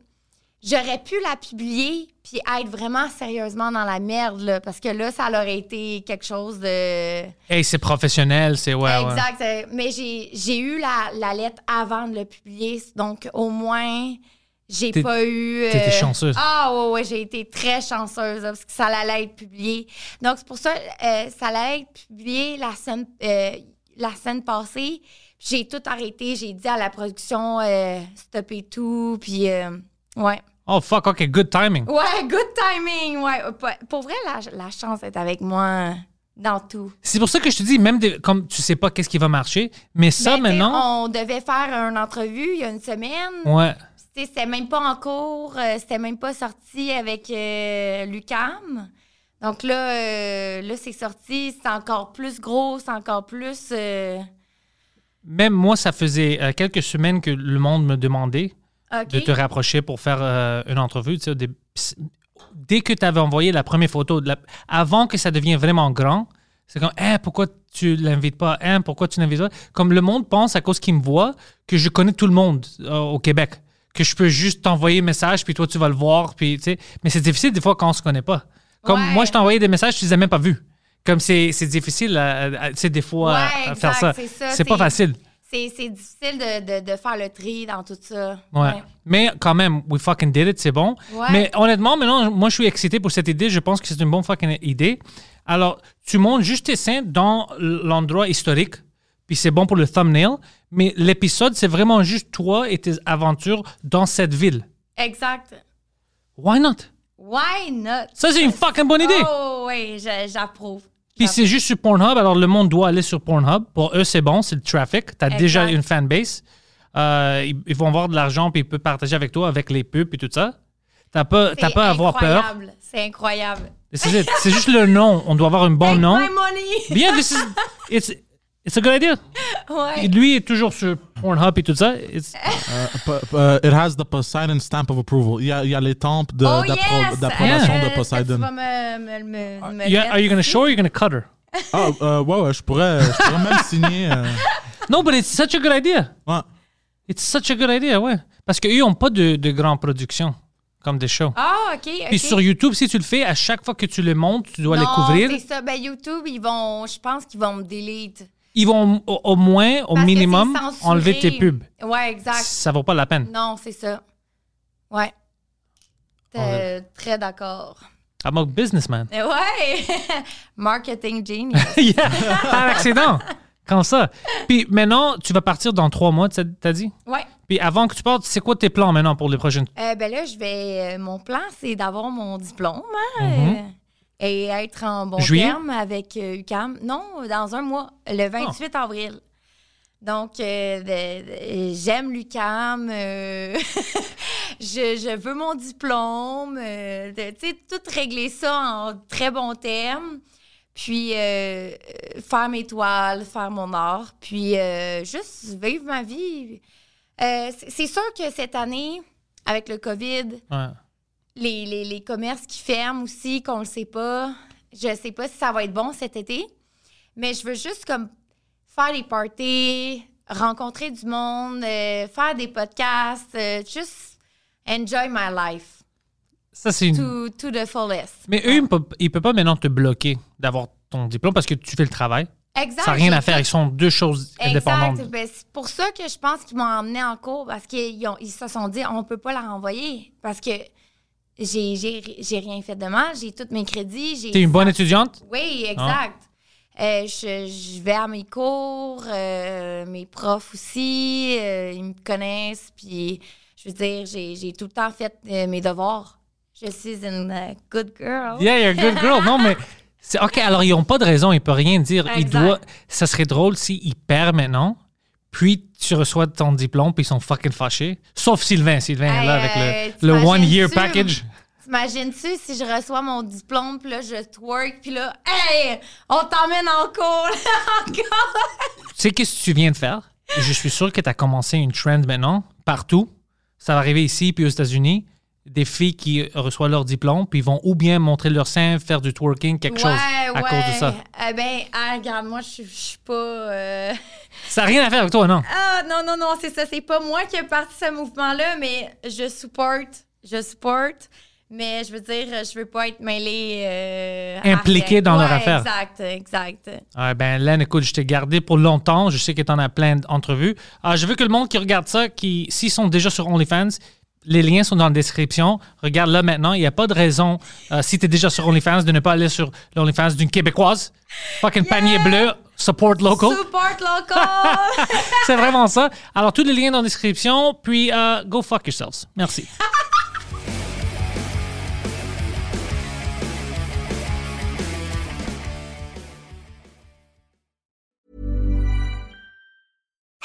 Speaker 3: j'aurais pu la publier puis être vraiment sérieusement dans la merde, là, parce que là, ça aurait été quelque chose de.
Speaker 1: Hey, c'est professionnel, c'est ouais, ouais.
Speaker 3: exact. c'est- Mais j'ai, j'ai eu la, la lettre avant de le publier, donc au moins, j'ai
Speaker 1: T'es-
Speaker 3: pas eu. euh,
Speaker 1: t'étais chanceuse.
Speaker 3: Ah, ouais, ouais, j'ai été très chanceuse, là, parce que ça allait être publié. Donc, c'est pour ça, euh, ça allait être publié la semaine, euh, la semaine passée. Puis J'ai tout arrêté, j'ai dit à la production, euh, stoppez tout, puis. euh, ouais.
Speaker 1: Oh fuck, ok, good timing.
Speaker 3: Ouais, good timing, ouais. Pour- Pour vrai, la, la chance est avec moi dans tout.
Speaker 1: C'est pour ça que je te dis, même des- comme tu sais pas qu'est-ce qui va marcher, mais ça
Speaker 3: Ben,
Speaker 1: maintenant.
Speaker 3: t'sais, On devait faire une entrevue il y a une semaine.
Speaker 1: Ouais.
Speaker 3: T'sais, C'était même pas en cours, euh, c'était même pas sorti avec euh, Lucam. Donc là, euh, là c'est sorti, c'est encore plus gros, c'est encore plus. euh,
Speaker 1: Même moi, ça faisait euh, quelques semaines que le monde me demandait
Speaker 3: OK.
Speaker 1: de te rapprocher pour faire euh, une entrevue. tu sais, au dé- Pis c'est- Dès que tu avais envoyé la première photo, de la- avant que ça devienne vraiment grand, c'est comme Hein, pourquoi tu l'invites pas Hein, pourquoi tu l'invites pas Comme le monde pense, à cause qu'il me voit, que je connais tout le monde euh, au Québec. Que je peux juste t'envoyer un message, puis toi, tu vas le voir. Puis, tu sais. Mais c'est difficile des fois quand on se connaît pas. Comme
Speaker 3: Ouais.
Speaker 1: moi, je t'envoyais des messages, tu les as même pas vus. Comme c'est c'est difficile, à- à- à- tu sais, des fois, à-
Speaker 3: Ouais,
Speaker 1: à faire
Speaker 3: exact,
Speaker 1: ça.
Speaker 3: c'est ça,
Speaker 1: C'est pas
Speaker 3: c'est-
Speaker 1: facile.
Speaker 3: C'est c'est difficile de, de- de faire le tri dans tout ça.
Speaker 1: Ouais. Mais quand même, we fucking did it, c'est bon.
Speaker 3: Ouais.
Speaker 1: Mais honnêtement, maintenant, moi, je suis excité pour cette idée. Je pense que c'est une bonne fucking idée. Alors, tu montes juste tes seins dans l'endroit historique, puis c'est bon pour le thumbnail. Mais l'épisode, c'est vraiment juste toi et tes aventures dans cette ville.
Speaker 3: Exact.
Speaker 1: Why not?
Speaker 3: Why not?
Speaker 1: Ça, c'est une fucking bonne idée.
Speaker 3: Oh, oui, je- j'approuve.
Speaker 1: Puis c'est juste sur Pornhub, alors le monde doit aller sur Pornhub. Pour eux, c'est bon, c'est le trafic. Tu as
Speaker 3: Exact.
Speaker 1: déjà une fanbase. Euh, ils, ils vont avoir de l'argent, puis ils peuvent partager avec toi, avec les pubs et tout ça. T'as pas, t'as
Speaker 3: C'est
Speaker 1: pas à avoir peur.
Speaker 3: incroyable, C'est incroyable.
Speaker 1: C'est c'est juste le nom. On doit avoir un bon
Speaker 3: Take
Speaker 1: nom.
Speaker 3: my money!
Speaker 1: Bien,
Speaker 3: [laughs]
Speaker 1: this is, it's, it's a good idea.
Speaker 3: Ouais.
Speaker 1: Et Lui est toujours sur Pornhub et tout ça. It's-
Speaker 3: Ah,
Speaker 4: Euh, p- p- euh, it has the Poseidon stamp of approval. Il y a, il y a les tempes de-
Speaker 3: Oh,
Speaker 4: d'appro-
Speaker 3: yes!
Speaker 4: d'approbation
Speaker 3: Euh,
Speaker 4: de
Speaker 3: Tu
Speaker 4: Poseidon.
Speaker 3: vas me, me, me, me
Speaker 1: you- Ah, are you gonna
Speaker 3: mettre-
Speaker 1: show or you gonna cut her?
Speaker 4: Ah, euh, ouais, ouais, je pourrais, je pourrais même
Speaker 3: [laughs]
Speaker 4: signer. euh,
Speaker 1: No, but it's such a good idea.
Speaker 4: ouais.
Speaker 1: It's such a good idea, ouais. Parce qu'eux n'ont pas de, de grandes productions comme des shows.
Speaker 3: Ah, OK. ok.
Speaker 1: Puis sur YouTube, si tu le fais, à chaque fois que tu le montes, tu dois les
Speaker 3: Non,
Speaker 1: couvrir.
Speaker 3: C'est ça. Ben, YouTube, ils vont, je pense qu'ils vont me delete.
Speaker 1: Ils vont au, au moins, au
Speaker 3: Parce que
Speaker 1: minimum,
Speaker 3: c'est censuré.
Speaker 1: enlever tes pubs.
Speaker 3: Ouais, exact.
Speaker 1: Ça vaut pas la peine.
Speaker 3: Non, c'est ça. Ouais. T'es très d'accord.
Speaker 1: I'm a businessman. [laughs]
Speaker 3: Mais Ouais! [laughs] Marketing genius.
Speaker 1: Yeah, Par accident. Comme ça. Puis maintenant, tu vas partir dans trois mois, t'as- t'as dit?
Speaker 3: Ouais.
Speaker 1: Puis avant que tu partes, c'est quoi tes plans maintenant pour les prochaines?
Speaker 3: Euh, ben là, je vais. euh, Mon plan, c'est d'avoir mon diplôme hein, euh, et être en bon
Speaker 1: Juillet?
Speaker 3: terme avec euh, UCAM. Non, dans un mois, le 28 avril. Donc, euh, de- de- j'aime l'UCAM. euh, [laughs] je, je veux mon diplôme. euh, de- tu sais, tout régler ça en très bon terme. Puis, euh, euh, faire mes toiles, faire mon art. Puis, euh, juste vivre ma vie. Euh, c'est- c'est sûr que cette année, avec le COVID,
Speaker 1: Ouais.
Speaker 3: les, les- les commerces qui ferment aussi, qu'on le sait pas, je sais pas si ça va être bon cet été, mais je veux juste comme faire les parties, rencontrer du monde, euh, faire des podcasts, euh, juste enjoy my life
Speaker 1: Ça, c'est une...
Speaker 3: to, to the fullest.
Speaker 1: Mais eux, ils ne peuvent ils peuvent pas maintenant te bloquer d'avoir ton diplôme parce que tu fais le travail.
Speaker 3: Exact.
Speaker 1: Ça n'a rien
Speaker 3: j'ai
Speaker 1: à faire.
Speaker 3: tout-
Speaker 1: Ils sont deux choses indépendantes.
Speaker 3: Exact. Ben, c'est pour ça que je pense qu'ils m'ont emmené en cours parce qu'ils ont- ils se sont dit on peut pas la renvoyer parce que j'ai j'ai- j'ai rien fait de mal, j'ai tous mes crédits. j'ai-
Speaker 1: Tu es une bonne Ah. étudiante?
Speaker 3: Oui, exact. Euh, je, je vais à mes cours, euh, mes profs aussi, euh, ils me connaissent, puis je veux dire, j'ai j'ai tout le temps fait euh, mes devoirs. Je suis une euh, good girl.
Speaker 1: [laughs] Yeah, you're a good girl. Non, mais... c'est OK, alors ils n'ont pas de raison. Ils ne peuvent rien dire. Ils
Speaker 3: Exact.
Speaker 1: doivent... Ça serait drôle s'ils perdent maintenant, puis tu reçois ton diplôme, puis ils sont fucking fâchés. Sauf Sylvain. Sylvain est
Speaker 3: Hey,
Speaker 1: là
Speaker 3: euh,
Speaker 1: avec le, le
Speaker 3: t'imagines-tu?
Speaker 1: one-year package.
Speaker 3: T'imagines-tu si je reçois mon diplôme, puis là, je twerk, puis là, hey, on t'emmène en cours, [laughs] encore.
Speaker 1: Tu sais qu'est-ce que tu viens de faire? Je suis sûr que tu as commencé une trend maintenant, partout. Ça va arriver ici, puis aux États-Unis. des filles qui reçoivent leur diplôme, puis ils vont ou bien montrer leur sein, faire du twerking, quelque chose à cause de ça.
Speaker 3: Eh ben, ah, regarde, moi, je suis- je suis pas. euh, [laughs]
Speaker 1: Ça n'a rien à faire avec toi, non?
Speaker 3: Ah, non, non, non, c'est ça. C'est pas moi qui ai parti ce mouvement-là, mais je supporte. Je supporte. Mais je veux dire, je veux pas être mêlée. euh, à
Speaker 1: Impliquée
Speaker 3: rien.
Speaker 1: dans leur
Speaker 3: Ouais,
Speaker 1: affaire.
Speaker 3: Exact, exact.
Speaker 1: Ah, ben, Len, écoute, je t'ai gardé pour longtemps. Je sais que t'en as plein d'entrevues. Ah, je veux que le monde qui regarde ça, qui, s'ils sont déjà sur OnlyFans, les liens sont dans la description. Regarde là maintenant. Il n'y a pas de raison, euh, si t'es déjà sur OnlyFans, de ne pas aller sur l'OnlyFans d'une Québécoise. Fucking panier bleu. Support local.
Speaker 3: Support [laughs] local!
Speaker 1: C'est vraiment ça. Alors, tous les liens dans la description. Puis, euh, go fuck yourselves. Merci.